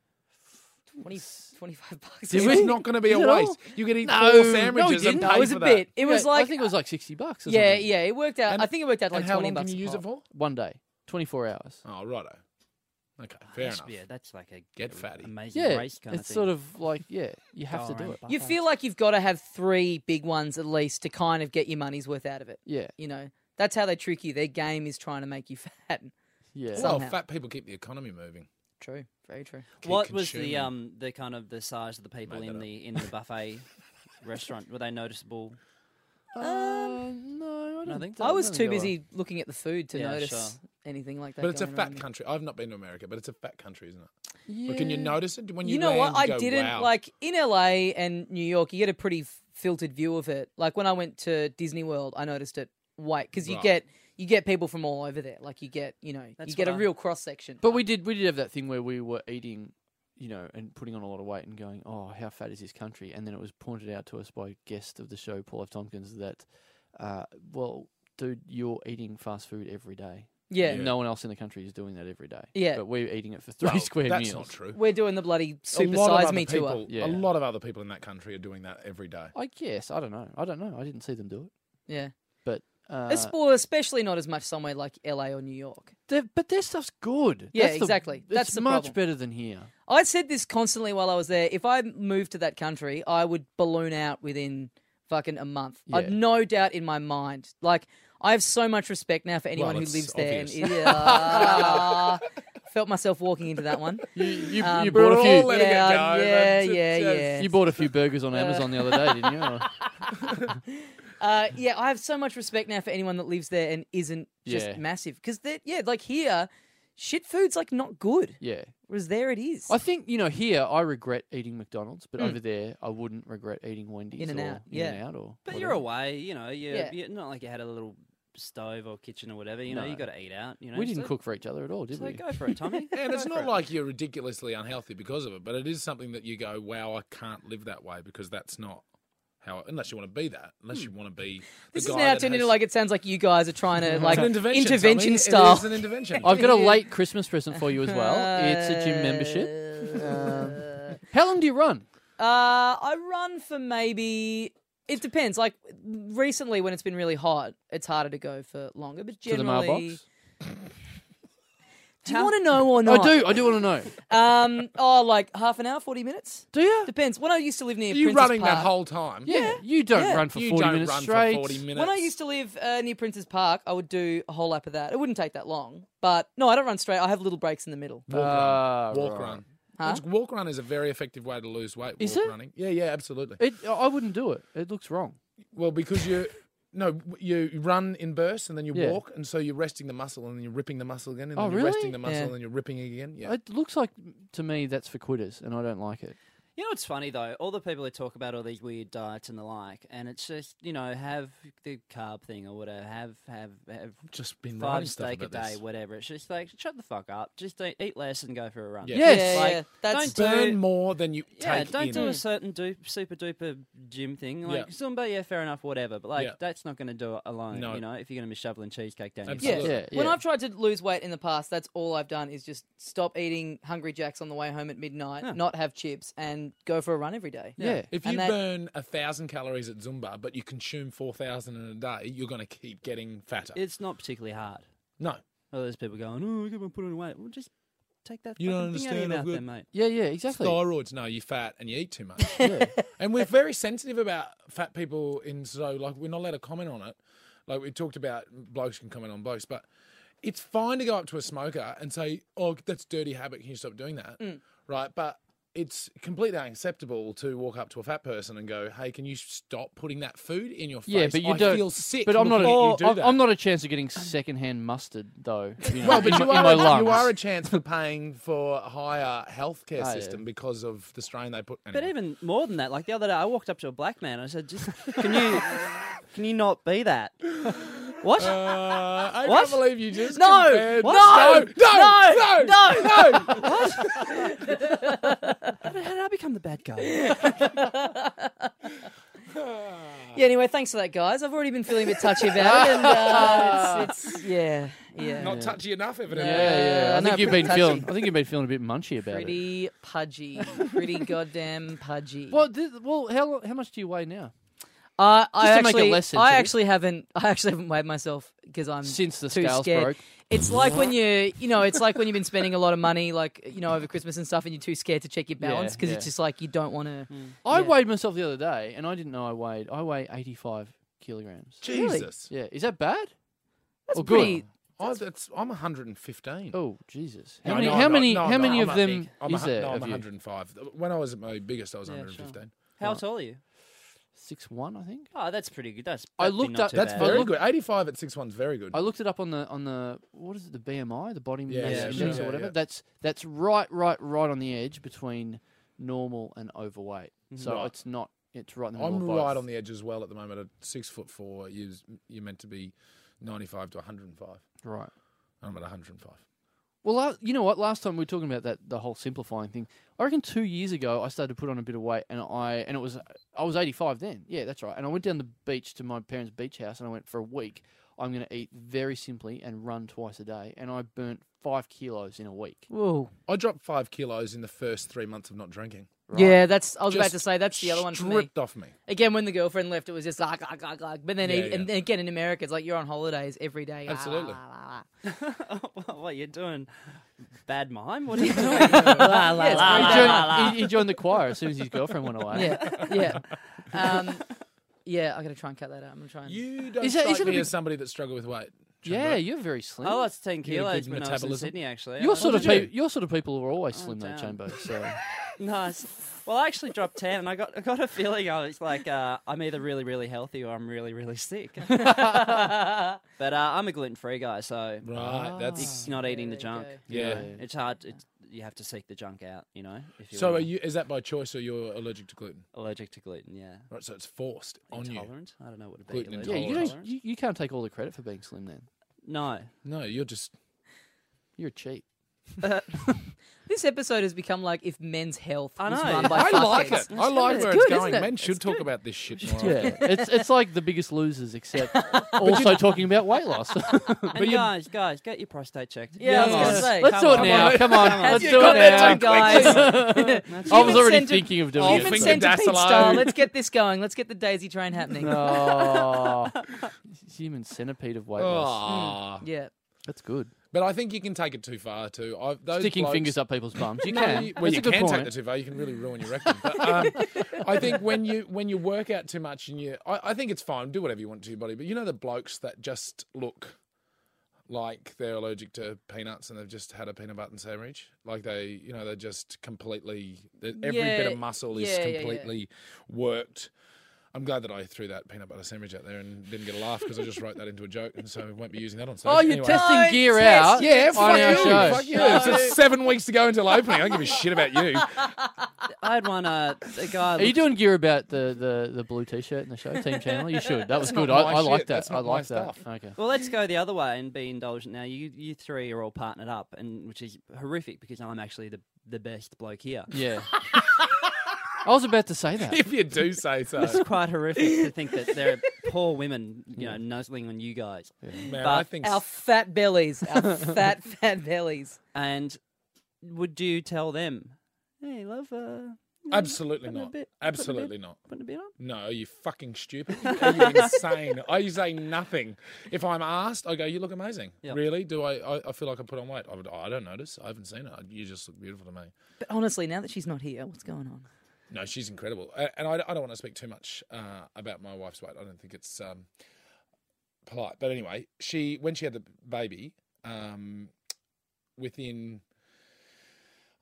[SPEAKER 1] 20, 25 bucks.
[SPEAKER 4] It was not going to be a
[SPEAKER 2] Is it all?
[SPEAKER 4] waste. You could eat
[SPEAKER 2] No,
[SPEAKER 4] four
[SPEAKER 2] no,
[SPEAKER 4] sandwiches
[SPEAKER 2] you didn't.
[SPEAKER 4] and
[SPEAKER 1] No,
[SPEAKER 4] pay
[SPEAKER 1] it was
[SPEAKER 4] for
[SPEAKER 1] a
[SPEAKER 4] that.
[SPEAKER 1] bit. It was
[SPEAKER 2] Yeah,
[SPEAKER 1] like
[SPEAKER 2] I think it was like sixty bucks. Or
[SPEAKER 1] yeah,
[SPEAKER 2] something.
[SPEAKER 1] yeah. It worked out.
[SPEAKER 4] And-
[SPEAKER 1] I think it worked out to like
[SPEAKER 4] and how
[SPEAKER 1] twenty
[SPEAKER 4] long can
[SPEAKER 1] bucks.
[SPEAKER 4] you
[SPEAKER 1] a
[SPEAKER 4] use it
[SPEAKER 1] pop.
[SPEAKER 4] for?
[SPEAKER 2] One day, twenty four hours.
[SPEAKER 4] Oh, righto. Okay, fair
[SPEAKER 3] That's-
[SPEAKER 4] enough.
[SPEAKER 3] Yeah, that's like a
[SPEAKER 4] Get
[SPEAKER 3] a-
[SPEAKER 4] fatty.
[SPEAKER 3] Amazing
[SPEAKER 2] Yeah,
[SPEAKER 3] race kind
[SPEAKER 2] it's
[SPEAKER 3] of thing.
[SPEAKER 2] sort of like yeah, you have to do it.
[SPEAKER 1] You feel like you've got to have three big ones at least to kind of get your money's worth out of it.
[SPEAKER 2] Yeah,
[SPEAKER 1] You know, that's how they trick you. Their game is trying to make you fat.
[SPEAKER 2] yeah.
[SPEAKER 1] So-
[SPEAKER 4] Well,
[SPEAKER 1] somehow.
[SPEAKER 4] fat people keep the economy moving.
[SPEAKER 1] True, very true.
[SPEAKER 4] Keep
[SPEAKER 3] What was
[SPEAKER 4] consuming.
[SPEAKER 3] the um the kind of the size of the people
[SPEAKER 4] Made that
[SPEAKER 3] in
[SPEAKER 4] up.
[SPEAKER 3] the in the buffet restaurant? Were they noticeable?
[SPEAKER 2] Uh, no, I don't
[SPEAKER 3] don't
[SPEAKER 2] think
[SPEAKER 3] think
[SPEAKER 1] I was too busy looking at the food to
[SPEAKER 3] Yeah,
[SPEAKER 1] notice
[SPEAKER 3] sure.
[SPEAKER 1] anything like that.
[SPEAKER 4] But it's a
[SPEAKER 1] going around
[SPEAKER 4] fat
[SPEAKER 1] me.
[SPEAKER 4] country. I've not been to America, but it's a fat country, isn't it? But can you notice it when you?
[SPEAKER 1] You know what?
[SPEAKER 4] land, you
[SPEAKER 1] I
[SPEAKER 4] go,
[SPEAKER 1] didn't
[SPEAKER 4] "Wow."
[SPEAKER 1] like in LA and New York. You get a pretty f- filtered view of it. Like when I went to Disney World, I noticed it white because you
[SPEAKER 4] Right.
[SPEAKER 1] get you get people from all over there. Like you get you know
[SPEAKER 3] That's
[SPEAKER 1] you get a
[SPEAKER 3] what I-
[SPEAKER 1] real cross section.
[SPEAKER 2] But we did we did have that thing where we were eating, you know, and putting on a lot of weight and going, oh, how fat is this country? And then it was pointed out to us by guest of the show, Paul F. Tompkins, that, uh, well, dude, you're eating fast food every day.
[SPEAKER 1] yeah,
[SPEAKER 2] No one else in the country is doing that every day.
[SPEAKER 1] Yeah.
[SPEAKER 2] but we're eating it for three
[SPEAKER 4] Well,
[SPEAKER 2] square
[SPEAKER 4] that's
[SPEAKER 2] meals.
[SPEAKER 4] not true.
[SPEAKER 1] we're doing the bloody
[SPEAKER 4] A lot of
[SPEAKER 1] supersize
[SPEAKER 4] other
[SPEAKER 1] me tour.
[SPEAKER 4] people-
[SPEAKER 2] Yeah.
[SPEAKER 4] A lot of other people in that country are doing that every day.
[SPEAKER 2] I guess I don't know. I don't know. I didn't see them do it.
[SPEAKER 1] Yeah,
[SPEAKER 2] But uh,
[SPEAKER 1] A sport, especially not as much somewhere like LA or New York.
[SPEAKER 2] their- but their stuff's good.
[SPEAKER 1] Yeah,
[SPEAKER 2] That's the-
[SPEAKER 1] exactly.
[SPEAKER 2] it's
[SPEAKER 1] That's the
[SPEAKER 2] much
[SPEAKER 1] problem.
[SPEAKER 2] better than here.
[SPEAKER 1] I said this constantly while I was there. If I moved to that country, I would balloon out within fucking a month. I've
[SPEAKER 2] Yeah.
[SPEAKER 1] no doubt in my mind. Like I have so much respect now for anyone
[SPEAKER 4] Well,
[SPEAKER 1] who
[SPEAKER 4] it's
[SPEAKER 1] lives there. And,
[SPEAKER 4] obvious.
[SPEAKER 1] yeah, felt myself walking into that one.
[SPEAKER 2] You, you,
[SPEAKER 1] Um,
[SPEAKER 2] you
[SPEAKER 4] We're
[SPEAKER 2] bought a
[SPEAKER 4] all
[SPEAKER 2] few.
[SPEAKER 4] letting
[SPEAKER 1] Yeah,
[SPEAKER 4] it go.
[SPEAKER 1] yeah,
[SPEAKER 4] but
[SPEAKER 1] yeah,
[SPEAKER 4] just-
[SPEAKER 1] yeah.
[SPEAKER 2] You bought a few burgers on Amazon the other day, didn't you? Or-
[SPEAKER 1] Uh, yeah, I have so much respect now for anyone that lives there and isn't just
[SPEAKER 2] Yeah.
[SPEAKER 1] massive. Because yeah, like here, shit food's like not good.
[SPEAKER 2] yeah.
[SPEAKER 1] Whereas there it is.
[SPEAKER 2] I think you know here I regret eating McDonald's, but over there I wouldn't regret eating Wendy's
[SPEAKER 1] Hmm. In and
[SPEAKER 2] or
[SPEAKER 1] out,
[SPEAKER 2] In
[SPEAKER 1] yeah.
[SPEAKER 2] and out or.
[SPEAKER 3] But
[SPEAKER 2] whatever.
[SPEAKER 3] you're away, you know. You're,
[SPEAKER 1] Yeah.
[SPEAKER 3] you're not like you had a little stove or kitchen or whatever. You know,
[SPEAKER 2] No.
[SPEAKER 3] you got to eat out. You know,
[SPEAKER 2] We didn't
[SPEAKER 3] so,
[SPEAKER 2] cook for each other at all, did
[SPEAKER 3] So
[SPEAKER 2] we?
[SPEAKER 3] go for it, Tommy.
[SPEAKER 4] And it's
[SPEAKER 3] Go for
[SPEAKER 4] not
[SPEAKER 3] it.
[SPEAKER 4] like you're ridiculously unhealthy because of it, but it is something that you go, "Wow, I can't live that way because that's not how." Unless you want to be that, unless you want to be
[SPEAKER 1] Hmm.
[SPEAKER 4] the
[SPEAKER 1] this
[SPEAKER 4] guy
[SPEAKER 1] is now
[SPEAKER 4] that
[SPEAKER 1] turned
[SPEAKER 4] has-
[SPEAKER 1] into like it sounds like you guys are trying to like
[SPEAKER 4] It's an intervention, Tommy.
[SPEAKER 1] style.
[SPEAKER 4] It is an intervention.
[SPEAKER 1] oh,
[SPEAKER 2] I've got a late Christmas present for you as well. it's a gym membership.
[SPEAKER 1] membership.
[SPEAKER 2] How long do you run?
[SPEAKER 1] Uh, I run for maybe. It depends. Like recently, when it's been really hot, it's harder to go for longer. But
[SPEAKER 2] To the
[SPEAKER 1] generally,
[SPEAKER 2] mailbox.
[SPEAKER 1] do you want to know or not?
[SPEAKER 2] I do. I do want to know.
[SPEAKER 1] Um, oh, like half an hour, forty minutes.
[SPEAKER 2] Do you?
[SPEAKER 1] Depends. When I used to live near
[SPEAKER 4] Are you
[SPEAKER 1] Princess
[SPEAKER 4] running
[SPEAKER 1] Park,
[SPEAKER 4] that whole time?
[SPEAKER 2] Yeah. You don't
[SPEAKER 1] Yeah.
[SPEAKER 2] run for
[SPEAKER 4] you
[SPEAKER 2] forty
[SPEAKER 4] don't
[SPEAKER 2] minutes
[SPEAKER 4] run
[SPEAKER 2] straight.
[SPEAKER 4] for forty minutes.
[SPEAKER 1] When I used to live uh, near Prince's Park, I would do a whole lap of that. It wouldn't take that long. But no, I don't run straight. I have little breaks in the middle.
[SPEAKER 4] walk
[SPEAKER 2] Ah,
[SPEAKER 4] run, walk
[SPEAKER 2] right.
[SPEAKER 4] run.
[SPEAKER 1] Huh?
[SPEAKER 4] Which walk run is a very effective way to lose weight.
[SPEAKER 2] Is
[SPEAKER 4] walk
[SPEAKER 2] it?
[SPEAKER 4] running? Yeah, yeah, absolutely.
[SPEAKER 2] It, I wouldn't do it. It looks wrong.
[SPEAKER 4] Well, because you no, you run in bursts and then you
[SPEAKER 2] Yeah.
[SPEAKER 4] walk, and so you're resting the muscle, and then you're ripping the muscle again, and
[SPEAKER 2] Oh,
[SPEAKER 4] then you're
[SPEAKER 2] really?
[SPEAKER 4] resting the muscle,
[SPEAKER 1] Yeah.
[SPEAKER 4] and then you're ripping it again. Yeah.
[SPEAKER 2] It looks like to me that's for quitters, and I don't like it.
[SPEAKER 3] You know what's funny though? All the people who talk about all these weird diets and the like, and it's just you know have the carb thing or whatever, have have have
[SPEAKER 4] just been writing
[SPEAKER 3] five
[SPEAKER 4] stuff
[SPEAKER 3] steak a
[SPEAKER 4] about
[SPEAKER 3] day,
[SPEAKER 4] this.
[SPEAKER 3] whatever. It's just like shut the fuck up, just eat, eat less and go for a run.
[SPEAKER 4] Yeah.
[SPEAKER 2] Yes.
[SPEAKER 1] Yeah,
[SPEAKER 3] Like,
[SPEAKER 1] yeah. That's
[SPEAKER 3] don't
[SPEAKER 4] Burn
[SPEAKER 3] do-
[SPEAKER 4] more than you
[SPEAKER 3] Yeah,
[SPEAKER 4] take
[SPEAKER 3] don't
[SPEAKER 4] in.
[SPEAKER 3] do a certain du- super duper gym thing like
[SPEAKER 4] Yeah.
[SPEAKER 3] Zumba. Yeah, fair enough, whatever. But like,
[SPEAKER 4] Yeah.
[SPEAKER 3] that's not going to do it alone.
[SPEAKER 4] No.
[SPEAKER 3] You know, if you're going to be shoveling cheesecake down, your
[SPEAKER 1] Yeah.
[SPEAKER 4] Absolutely.
[SPEAKER 2] Yeah,
[SPEAKER 1] When
[SPEAKER 2] yeah.
[SPEAKER 1] I've tried to lose weight in the past, that's all I've done is just stop eating Hungry Jacks on the way home at midnight, not have chips, and go for a run every day.
[SPEAKER 2] Yeah.
[SPEAKER 4] If
[SPEAKER 1] And
[SPEAKER 4] you
[SPEAKER 1] that-
[SPEAKER 4] burn a thousand calories at Zumba, but you consume four thousand in a day, you're going to keep getting fatter.
[SPEAKER 3] it's not particularly hard.
[SPEAKER 4] no,
[SPEAKER 3] All those people going, oh, I keep on putting weight. Well, just take that
[SPEAKER 4] You
[SPEAKER 3] fucking
[SPEAKER 4] don't
[SPEAKER 3] thing out of your
[SPEAKER 4] understand, I've
[SPEAKER 3] mouth,
[SPEAKER 4] got-
[SPEAKER 3] then, mate.
[SPEAKER 2] Yeah. Yeah. Exactly.
[SPEAKER 4] steroids. No, you're fat and you eat too much.
[SPEAKER 2] Yeah.
[SPEAKER 4] and we're very sensitive about fat people. In so like we're not allowed to comment on it. Like we talked about, blokes can comment on blokes, but it's fine to go up to a smoker and say, "Oh, that's a dirty habit. Can you stop doing that?" Right, but. It's completely unacceptable to walk up to a fat person and go, "Hey, can you stop putting that food in your face?
[SPEAKER 2] Yeah, but you
[SPEAKER 4] I
[SPEAKER 2] don't
[SPEAKER 4] feel sick.
[SPEAKER 2] But I'm not. A,
[SPEAKER 4] looking at you do
[SPEAKER 2] I'm-
[SPEAKER 4] that."
[SPEAKER 2] I'm not a chance of getting secondhand mustard, though. You know,
[SPEAKER 4] Well, but
[SPEAKER 2] in,
[SPEAKER 4] you
[SPEAKER 2] my- in
[SPEAKER 4] are,
[SPEAKER 2] my
[SPEAKER 4] a,
[SPEAKER 2] lungs.
[SPEAKER 4] you are a chance for paying for a higher healthcare
[SPEAKER 2] Oh, yeah.
[SPEAKER 4] system because of the strain they put.
[SPEAKER 3] But even more than that, like the other day, I walked up to a black man. I said, "Just can you, can you not be that?" What?
[SPEAKER 4] uh, I
[SPEAKER 3] What?
[SPEAKER 4] can't believe you just
[SPEAKER 1] No!
[SPEAKER 4] compared-
[SPEAKER 1] What?
[SPEAKER 4] no,
[SPEAKER 1] No!
[SPEAKER 4] no, no, no, no.
[SPEAKER 3] How did I become the bad guy?
[SPEAKER 1] Yeah, anyway, thanks for that, guys. I've already been feeling a bit touchy about it. And, uh, it's, it's, yeah. Yeah.
[SPEAKER 4] Not touchy enough, evidently.
[SPEAKER 1] Yeah, yeah.
[SPEAKER 2] I
[SPEAKER 1] no,
[SPEAKER 2] think you've
[SPEAKER 1] pretty
[SPEAKER 2] been feeling.
[SPEAKER 1] touchy.
[SPEAKER 2] I think you've been feeling a bit munchy about it.
[SPEAKER 1] pretty pudgy. Pretty goddamn pudgy.
[SPEAKER 2] Well, this, well, how how much do you weigh now
[SPEAKER 1] Uh, I
[SPEAKER 2] Just to make it
[SPEAKER 1] actually, I
[SPEAKER 2] less sensitive.
[SPEAKER 1] actually haven't. I actually haven't weighed myself because I'm
[SPEAKER 2] since the
[SPEAKER 1] too
[SPEAKER 2] scales
[SPEAKER 1] scared.
[SPEAKER 2] broke?
[SPEAKER 1] It's like when you, you know, it's like when you've been spending a lot of money, like you know, over Christmas and stuff, and you're too scared to check your
[SPEAKER 2] Yeah,
[SPEAKER 1] balance because
[SPEAKER 2] yeah.
[SPEAKER 1] it's just like you don't want to.
[SPEAKER 2] I
[SPEAKER 1] Yeah.
[SPEAKER 2] weighed myself the other day, and I didn't know I weighed. I weigh eighty five kilograms.
[SPEAKER 1] Really?
[SPEAKER 4] Jesus.
[SPEAKER 2] Yeah, is that bad?
[SPEAKER 1] That's
[SPEAKER 2] Or good.
[SPEAKER 1] pretty.
[SPEAKER 4] I, that's, I'm 115.
[SPEAKER 2] Oh Jesus! How
[SPEAKER 4] No,
[SPEAKER 2] many?
[SPEAKER 4] no,
[SPEAKER 2] how
[SPEAKER 4] I'm not.
[SPEAKER 2] many?
[SPEAKER 4] No,
[SPEAKER 2] how
[SPEAKER 4] I'm
[SPEAKER 2] many
[SPEAKER 4] not.
[SPEAKER 2] of
[SPEAKER 4] I'm a
[SPEAKER 2] them
[SPEAKER 4] big- I'm a
[SPEAKER 2] is
[SPEAKER 4] hun-
[SPEAKER 2] there?
[SPEAKER 4] No, I'm
[SPEAKER 2] of you?
[SPEAKER 4] 105. When I was at my biggest, I was
[SPEAKER 3] Yeah, sure.
[SPEAKER 4] 115.
[SPEAKER 3] How
[SPEAKER 2] Right.
[SPEAKER 3] tall are you?
[SPEAKER 2] Six one, I think.
[SPEAKER 3] Oh, that's pretty good. That's
[SPEAKER 2] I
[SPEAKER 3] that'd be
[SPEAKER 2] looked
[SPEAKER 3] not
[SPEAKER 2] up-
[SPEAKER 3] too
[SPEAKER 4] That's
[SPEAKER 3] bad.
[SPEAKER 2] I
[SPEAKER 4] very
[SPEAKER 2] look-
[SPEAKER 4] good. 85 at 6'1 is very good.
[SPEAKER 2] I looked it up on the on the what is it? The BMI, the body
[SPEAKER 4] Yeah,
[SPEAKER 2] mass
[SPEAKER 3] yeah,
[SPEAKER 2] index
[SPEAKER 3] sure.
[SPEAKER 2] or
[SPEAKER 4] Yeah,
[SPEAKER 2] whatever.
[SPEAKER 4] yeah.
[SPEAKER 2] That's that's right, right, right on the edge between normal and overweight. So
[SPEAKER 4] Mm-hmm. Right.
[SPEAKER 2] it's not. It's right in the middle.
[SPEAKER 4] I'm
[SPEAKER 2] of both.
[SPEAKER 4] right on the edge as well at the moment. At six foot four, you you're meant to be 95 to 105.
[SPEAKER 2] right.
[SPEAKER 4] I'm at 105.
[SPEAKER 2] Well, la- you know what? Last time we were talking about that the whole simplifying thing. I reckon two years ago I started to put on a bit of weight, and I and it was I was eighty five then. Yeah, that's right. And I went down the beach to my parents' beach house, and I went for a week. I'm going to eat very simply and run twice a day, and I burnt five kilos in a week.
[SPEAKER 1] Whoa.
[SPEAKER 4] I dropped five kilos in the first three months of not drinking.
[SPEAKER 2] Right?
[SPEAKER 1] Yeah, that's. I was about
[SPEAKER 4] Just
[SPEAKER 1] to say that's the other one for me.
[SPEAKER 4] Stripped off me.
[SPEAKER 1] Again, when the girlfriend left, it was just like, like, like, like. But then,
[SPEAKER 4] Yeah,
[SPEAKER 1] it-
[SPEAKER 4] yeah.
[SPEAKER 1] and then again in America, it's like you're on holidays every day. Ah, la,
[SPEAKER 4] Absolutely.
[SPEAKER 1] la, la, la.
[SPEAKER 3] Oh, what you're doing? Bad mime? What are you doing? la, la,
[SPEAKER 1] it's very
[SPEAKER 2] He
[SPEAKER 3] la, Ah, la,
[SPEAKER 1] true.
[SPEAKER 3] la, la.
[SPEAKER 2] joined, he, he joined the choir as soon as his girlfriend went away.
[SPEAKER 1] Yeah, yeah, um, yeah. I gotta try and cut that out. I'm gonna try and.
[SPEAKER 4] You don't
[SPEAKER 2] Is that-
[SPEAKER 4] strike
[SPEAKER 2] isn't it
[SPEAKER 4] me
[SPEAKER 2] a bit-
[SPEAKER 4] as somebody that struggled with weight. Chandler.
[SPEAKER 2] Yeah, you're very slim.
[SPEAKER 3] Oh, I lost 10
[SPEAKER 4] You had a
[SPEAKER 3] kilos when
[SPEAKER 4] good
[SPEAKER 3] I was in
[SPEAKER 4] metabolism.
[SPEAKER 3] Sydney, actually.
[SPEAKER 2] your
[SPEAKER 3] I-
[SPEAKER 2] sort of
[SPEAKER 4] did you
[SPEAKER 2] people, your sort of people are always slim, though,
[SPEAKER 3] damn.
[SPEAKER 2] Chambo. So
[SPEAKER 3] Nice. Well, I actually dropped 10, and I got, I got a feeling I was like, uh, I'm either really, really healthy or I'm really, really sick. but uh, I'm a gluten free guy, so
[SPEAKER 1] Ah.
[SPEAKER 4] Right. That's
[SPEAKER 3] it's not eating
[SPEAKER 1] There you
[SPEAKER 3] the junk.
[SPEAKER 1] go.
[SPEAKER 4] yeah.
[SPEAKER 3] It's hard. It's, you have to seek the junk out, you know? If you
[SPEAKER 4] So
[SPEAKER 3] wanna-
[SPEAKER 4] are you? Is that by choice or you're allergic to gluten?
[SPEAKER 3] allergic to gluten, yeah.
[SPEAKER 4] Right. So it's forced on you.
[SPEAKER 3] Intolerant? I don't know what it
[SPEAKER 4] Gluten
[SPEAKER 2] yeah, you
[SPEAKER 4] Intolerance.
[SPEAKER 2] don't, you, you can't take all the credit for being slim. Then
[SPEAKER 3] No.
[SPEAKER 4] No, you're just.
[SPEAKER 2] you're cheap.
[SPEAKER 1] This episode has become like if men's health
[SPEAKER 3] I
[SPEAKER 1] was
[SPEAKER 3] know.
[SPEAKER 1] run by
[SPEAKER 4] I like
[SPEAKER 1] fuckheads.
[SPEAKER 4] it. I like
[SPEAKER 1] It's
[SPEAKER 4] where
[SPEAKER 1] good,
[SPEAKER 4] it's
[SPEAKER 1] isn't
[SPEAKER 4] going.
[SPEAKER 1] it?
[SPEAKER 4] Men should
[SPEAKER 1] It's
[SPEAKER 4] talk
[SPEAKER 1] good.
[SPEAKER 4] about this shit more. often.
[SPEAKER 2] Yeah, it's it's like the biggest losers, except also talking about weight loss.
[SPEAKER 3] And guys, guys, get your prostate checked.
[SPEAKER 1] Yeah, I was
[SPEAKER 3] Come
[SPEAKER 1] gonna
[SPEAKER 3] on.
[SPEAKER 1] say.
[SPEAKER 2] Let's do it
[SPEAKER 3] Come
[SPEAKER 2] now.
[SPEAKER 3] on.
[SPEAKER 2] Come on,
[SPEAKER 3] Come on.
[SPEAKER 2] let's
[SPEAKER 1] You
[SPEAKER 2] do
[SPEAKER 1] got
[SPEAKER 2] it
[SPEAKER 1] that
[SPEAKER 2] now.
[SPEAKER 1] done, guys.
[SPEAKER 3] That's
[SPEAKER 2] I was
[SPEAKER 1] Human
[SPEAKER 2] already
[SPEAKER 1] centip-
[SPEAKER 2] thinking of doing
[SPEAKER 1] Human
[SPEAKER 4] Finger
[SPEAKER 2] it.
[SPEAKER 1] centipede
[SPEAKER 4] Dasilo.
[SPEAKER 1] style. Let's get this going. Let's get the daisy train happening.
[SPEAKER 2] Oh, human centipede of weight loss.
[SPEAKER 4] Ah.
[SPEAKER 1] Yeah.
[SPEAKER 2] That's good.
[SPEAKER 4] But I think you can take it too far too. i those
[SPEAKER 2] Sticking
[SPEAKER 4] blokes-
[SPEAKER 2] fingers up people's bums. You
[SPEAKER 4] No,
[SPEAKER 2] can.
[SPEAKER 4] you- well,
[SPEAKER 2] That's
[SPEAKER 4] you
[SPEAKER 2] a good
[SPEAKER 4] can take
[SPEAKER 2] point.
[SPEAKER 4] that too far. You can really ruin your rectum. But, um, I think when you when you work out too much and you, I, I think it's fine. Do whatever you want to your body. But you know the blokes that just look like they're allergic to peanuts and they've just had a peanut butter and sandwich. Like they, you know, they're just completely. that Every bit
[SPEAKER 1] Yeah,
[SPEAKER 4] of muscle
[SPEAKER 1] yeah,
[SPEAKER 4] is
[SPEAKER 1] yeah, yeah.
[SPEAKER 4] completely worked. I'm glad that I threw that peanut butter sandwich out there and didn't get a laugh because I just wrote that into a joke, and so I won't be using that on stage.
[SPEAKER 2] Oh, you're
[SPEAKER 4] Anyway.
[SPEAKER 2] testing
[SPEAKER 1] Don't
[SPEAKER 2] gear
[SPEAKER 1] test
[SPEAKER 2] out
[SPEAKER 4] Yeah,
[SPEAKER 2] on
[SPEAKER 4] fuck
[SPEAKER 2] our
[SPEAKER 4] you.
[SPEAKER 2] show.
[SPEAKER 4] Fuck you. It's just seven weeks to go until opening. I don't give a shit about you.
[SPEAKER 3] I had one. Uh, a guy.
[SPEAKER 2] Are you doing gear about the, the, the blue t shirt in the show, Team Chandler? You should. That was
[SPEAKER 4] not
[SPEAKER 2] good. I,
[SPEAKER 4] my
[SPEAKER 2] I like
[SPEAKER 4] shit.
[SPEAKER 2] that.
[SPEAKER 4] That's
[SPEAKER 2] I
[SPEAKER 4] not my
[SPEAKER 2] like that.
[SPEAKER 4] stuff.
[SPEAKER 2] Okay.
[SPEAKER 3] Well, let's go the other way and be indulgent. Now, you you three are all partnered up, and which is horrific because I'm actually the the best bloke here.
[SPEAKER 2] Yeah. I was about to say that.
[SPEAKER 4] If you do say so.
[SPEAKER 3] It's quite horrific to think that there are poor women, you know, nuzzling on you guys.
[SPEAKER 4] Man,
[SPEAKER 3] But
[SPEAKER 4] I think
[SPEAKER 1] Our fat bellies. Our fat, fat bellies.
[SPEAKER 3] And would you tell them, "Hey, love, uh, you know,
[SPEAKER 4] absolutely
[SPEAKER 3] putting a
[SPEAKER 4] not.
[SPEAKER 3] bit-
[SPEAKER 4] absolutely not.
[SPEAKER 3] putting a bit on?"
[SPEAKER 4] No, are you fucking stupid? Are you insane? I say nothing. If I'm asked, I go, "You look amazing."
[SPEAKER 3] Yep.
[SPEAKER 4] Really? Do I, I? I feel like I put on weight. I, would, I don't notice. I haven't seen it. You just look beautiful to me.
[SPEAKER 1] But honestly, now that she's not here, what's going on?
[SPEAKER 4] No, she's incredible, A- and I, I don't want to speak too much uh, about my wife's weight. I don't think it's um, polite, but anyway, she when she had the baby, um, within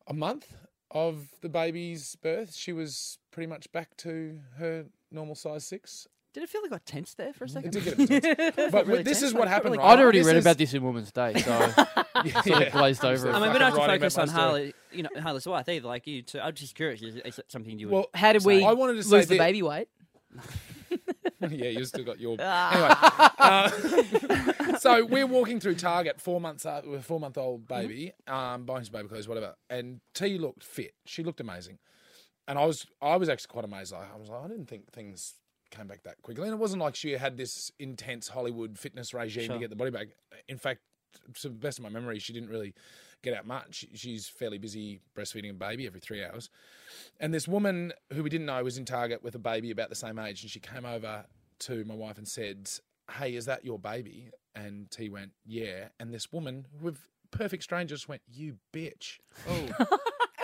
[SPEAKER 4] a month of the baby's birth, she was pretty much back to her normal size six.
[SPEAKER 3] Did it feel like I got tense there
[SPEAKER 2] Mm.
[SPEAKER 3] for a
[SPEAKER 4] It
[SPEAKER 3] second?
[SPEAKER 4] did get a bit tense. but
[SPEAKER 3] really
[SPEAKER 4] this
[SPEAKER 3] tense.
[SPEAKER 4] is what
[SPEAKER 3] I
[SPEAKER 4] happened.
[SPEAKER 3] felt
[SPEAKER 4] right?
[SPEAKER 2] I'd already
[SPEAKER 4] This
[SPEAKER 2] read
[SPEAKER 4] is-
[SPEAKER 2] about this in Women's Day, so sort of glazed over.
[SPEAKER 4] I
[SPEAKER 2] it.
[SPEAKER 3] I mean, we
[SPEAKER 4] fucking
[SPEAKER 3] don't have to
[SPEAKER 4] writing
[SPEAKER 3] focus
[SPEAKER 4] about
[SPEAKER 3] on
[SPEAKER 4] my
[SPEAKER 3] Harley, you know, Harley's wife either. Like you, two. I'm just curious. Is, is it something you would?
[SPEAKER 4] Well,
[SPEAKER 1] How did we
[SPEAKER 4] I wanted to say
[SPEAKER 1] lose the
[SPEAKER 4] that-
[SPEAKER 1] baby weight?
[SPEAKER 4] yeah, you still got your. anyway, uh, so we're walking through Target, four months uh, with a four month old baby, um, buying some baby clothes, whatever. And T looked fit. She looked amazing, and I was I was actually quite amazed. Like, I was like, I didn't think things came back that quickly, and it wasn't like she had this intense Hollywood fitness regime
[SPEAKER 3] Sure.
[SPEAKER 4] to get the body back. In fact, to the best of my memory, she didn't really get out much. She's fairly busy breastfeeding a baby every three hours. And this woman who we didn't know was in Target with a baby about the same age, and she came over to my wife and said, "Hey, is that your baby?" And he went, "Yeah." And this woman, with perfect strangers, went, "You bitch."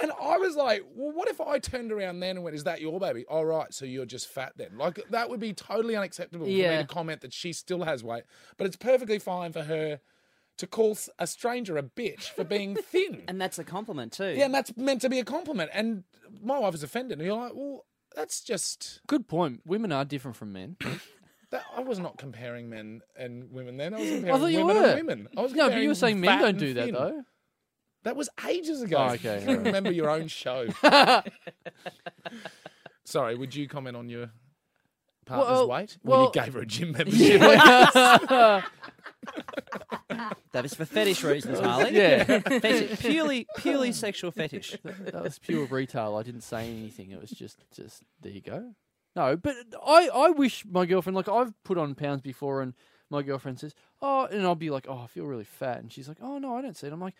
[SPEAKER 4] And I was like, well, what if I turned around then and went, is that your baby? All right, so you're just fat then. Like, that would be totally unacceptable for me
[SPEAKER 1] Yeah.
[SPEAKER 4] to comment that she still has weight. But it's perfectly fine for her to call s- a stranger a bitch for being thin.
[SPEAKER 3] And that's a compliment too.
[SPEAKER 4] yeah, and that's meant to be a compliment. And my wife is offended. And you're like, well, that's just.
[SPEAKER 2] Good point. Women are different from men.
[SPEAKER 4] That, I was not comparing men and women then. I was comparing
[SPEAKER 2] thought you
[SPEAKER 4] women
[SPEAKER 2] were.
[SPEAKER 4] and women. I was
[SPEAKER 2] No, but you
[SPEAKER 4] comparing
[SPEAKER 2] were saying men
[SPEAKER 4] fat
[SPEAKER 2] don't
[SPEAKER 4] and
[SPEAKER 2] do that
[SPEAKER 4] thin.
[SPEAKER 2] though.
[SPEAKER 4] That was ages ago.
[SPEAKER 2] Oh, okay,
[SPEAKER 4] You don't
[SPEAKER 2] alright.
[SPEAKER 4] remember your own show. Sorry, would you comment on your partner's
[SPEAKER 2] Well,
[SPEAKER 4] weight? Well,
[SPEAKER 2] well-
[SPEAKER 4] you gave her a gym membership.
[SPEAKER 3] That is for fetish reasons, Harley.
[SPEAKER 2] yeah.
[SPEAKER 3] Fetish, purely, purely sexual fetish.
[SPEAKER 2] that was pure retail. I didn't say anything. It was just, just there you go. No, but I, I wish my girlfriend like I've put on pounds before, and my girlfriend says, oh, and I'll be like, oh, I feel really fat, and she's like, oh no, I don't see it. I'm like,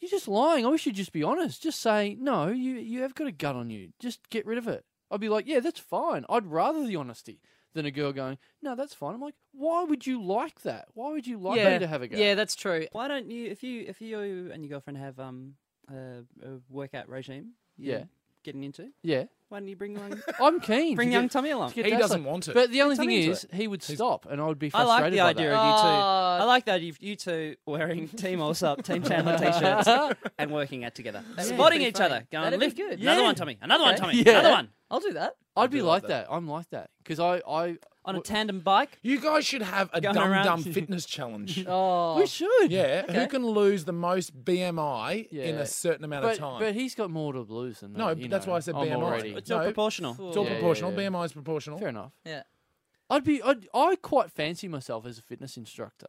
[SPEAKER 2] you're just lying. I wish you'd just be honest. Just say no. You you have got a gut on you. Just get rid of it. I'd be like, yeah, that's fine. I'd rather the honesty than a girl going, no, that's fine. I'm like, why would you like that? Why would you like me
[SPEAKER 1] yeah,
[SPEAKER 2] to have a go?
[SPEAKER 1] yeah, that's true.
[SPEAKER 3] Why don't you, if you, if you and your girlfriend have um a, a workout regime, you're
[SPEAKER 2] Yeah.
[SPEAKER 3] getting into,
[SPEAKER 2] yeah.
[SPEAKER 3] why don't you bring one,
[SPEAKER 2] I'm keen.
[SPEAKER 3] bring
[SPEAKER 2] to
[SPEAKER 3] young
[SPEAKER 2] get-
[SPEAKER 3] Tommy along?
[SPEAKER 2] to get
[SPEAKER 4] He
[SPEAKER 2] that
[SPEAKER 4] doesn't
[SPEAKER 2] side.
[SPEAKER 4] want it.
[SPEAKER 2] But the only thing
[SPEAKER 3] Tommy into
[SPEAKER 2] is, he would stop, and I would be
[SPEAKER 3] I
[SPEAKER 2] frustrated.
[SPEAKER 3] like the
[SPEAKER 2] by
[SPEAKER 3] idea
[SPEAKER 2] that.
[SPEAKER 3] of you two.
[SPEAKER 1] Oh.
[SPEAKER 3] I like that you, you two wearing Team All's Up, Team Chandler t-shirts and working out together,
[SPEAKER 1] That would
[SPEAKER 3] spotting
[SPEAKER 1] be
[SPEAKER 3] each
[SPEAKER 1] funny.
[SPEAKER 3] other, going
[SPEAKER 1] That'd be
[SPEAKER 3] lift
[SPEAKER 1] good.
[SPEAKER 3] Another
[SPEAKER 1] Yeah.
[SPEAKER 3] one, Tommy. Another one,
[SPEAKER 1] Okay.
[SPEAKER 3] Tommy.
[SPEAKER 2] Yeah.
[SPEAKER 3] Another one
[SPEAKER 1] I'll do that.
[SPEAKER 2] I'd be like that. I'm like that because I, I
[SPEAKER 3] on a tandem bike.
[SPEAKER 4] you guys should have a
[SPEAKER 3] Going
[SPEAKER 4] dumb
[SPEAKER 3] around-
[SPEAKER 4] dumb fitness challenge.
[SPEAKER 1] Oh,
[SPEAKER 2] we should.
[SPEAKER 4] Yeah, who can lose the most BMI in
[SPEAKER 2] Yeah.
[SPEAKER 4] a certain amount
[SPEAKER 2] but
[SPEAKER 4] of time?
[SPEAKER 2] but he's got more to lose than
[SPEAKER 4] No,
[SPEAKER 2] that,
[SPEAKER 4] but
[SPEAKER 2] you
[SPEAKER 4] that's
[SPEAKER 2] know.
[SPEAKER 4] why I said
[SPEAKER 2] I'm
[SPEAKER 4] BMI.
[SPEAKER 2] already-
[SPEAKER 3] It's all
[SPEAKER 4] No.
[SPEAKER 3] proportional.
[SPEAKER 4] it's all
[SPEAKER 2] Yeah, yeah,
[SPEAKER 4] proportional.
[SPEAKER 2] yeah.
[SPEAKER 4] BMI is proportional.
[SPEAKER 2] Fair enough.
[SPEAKER 1] Yeah.
[SPEAKER 2] I'd be. I'd, I quite fancy myself as a fitness instructor.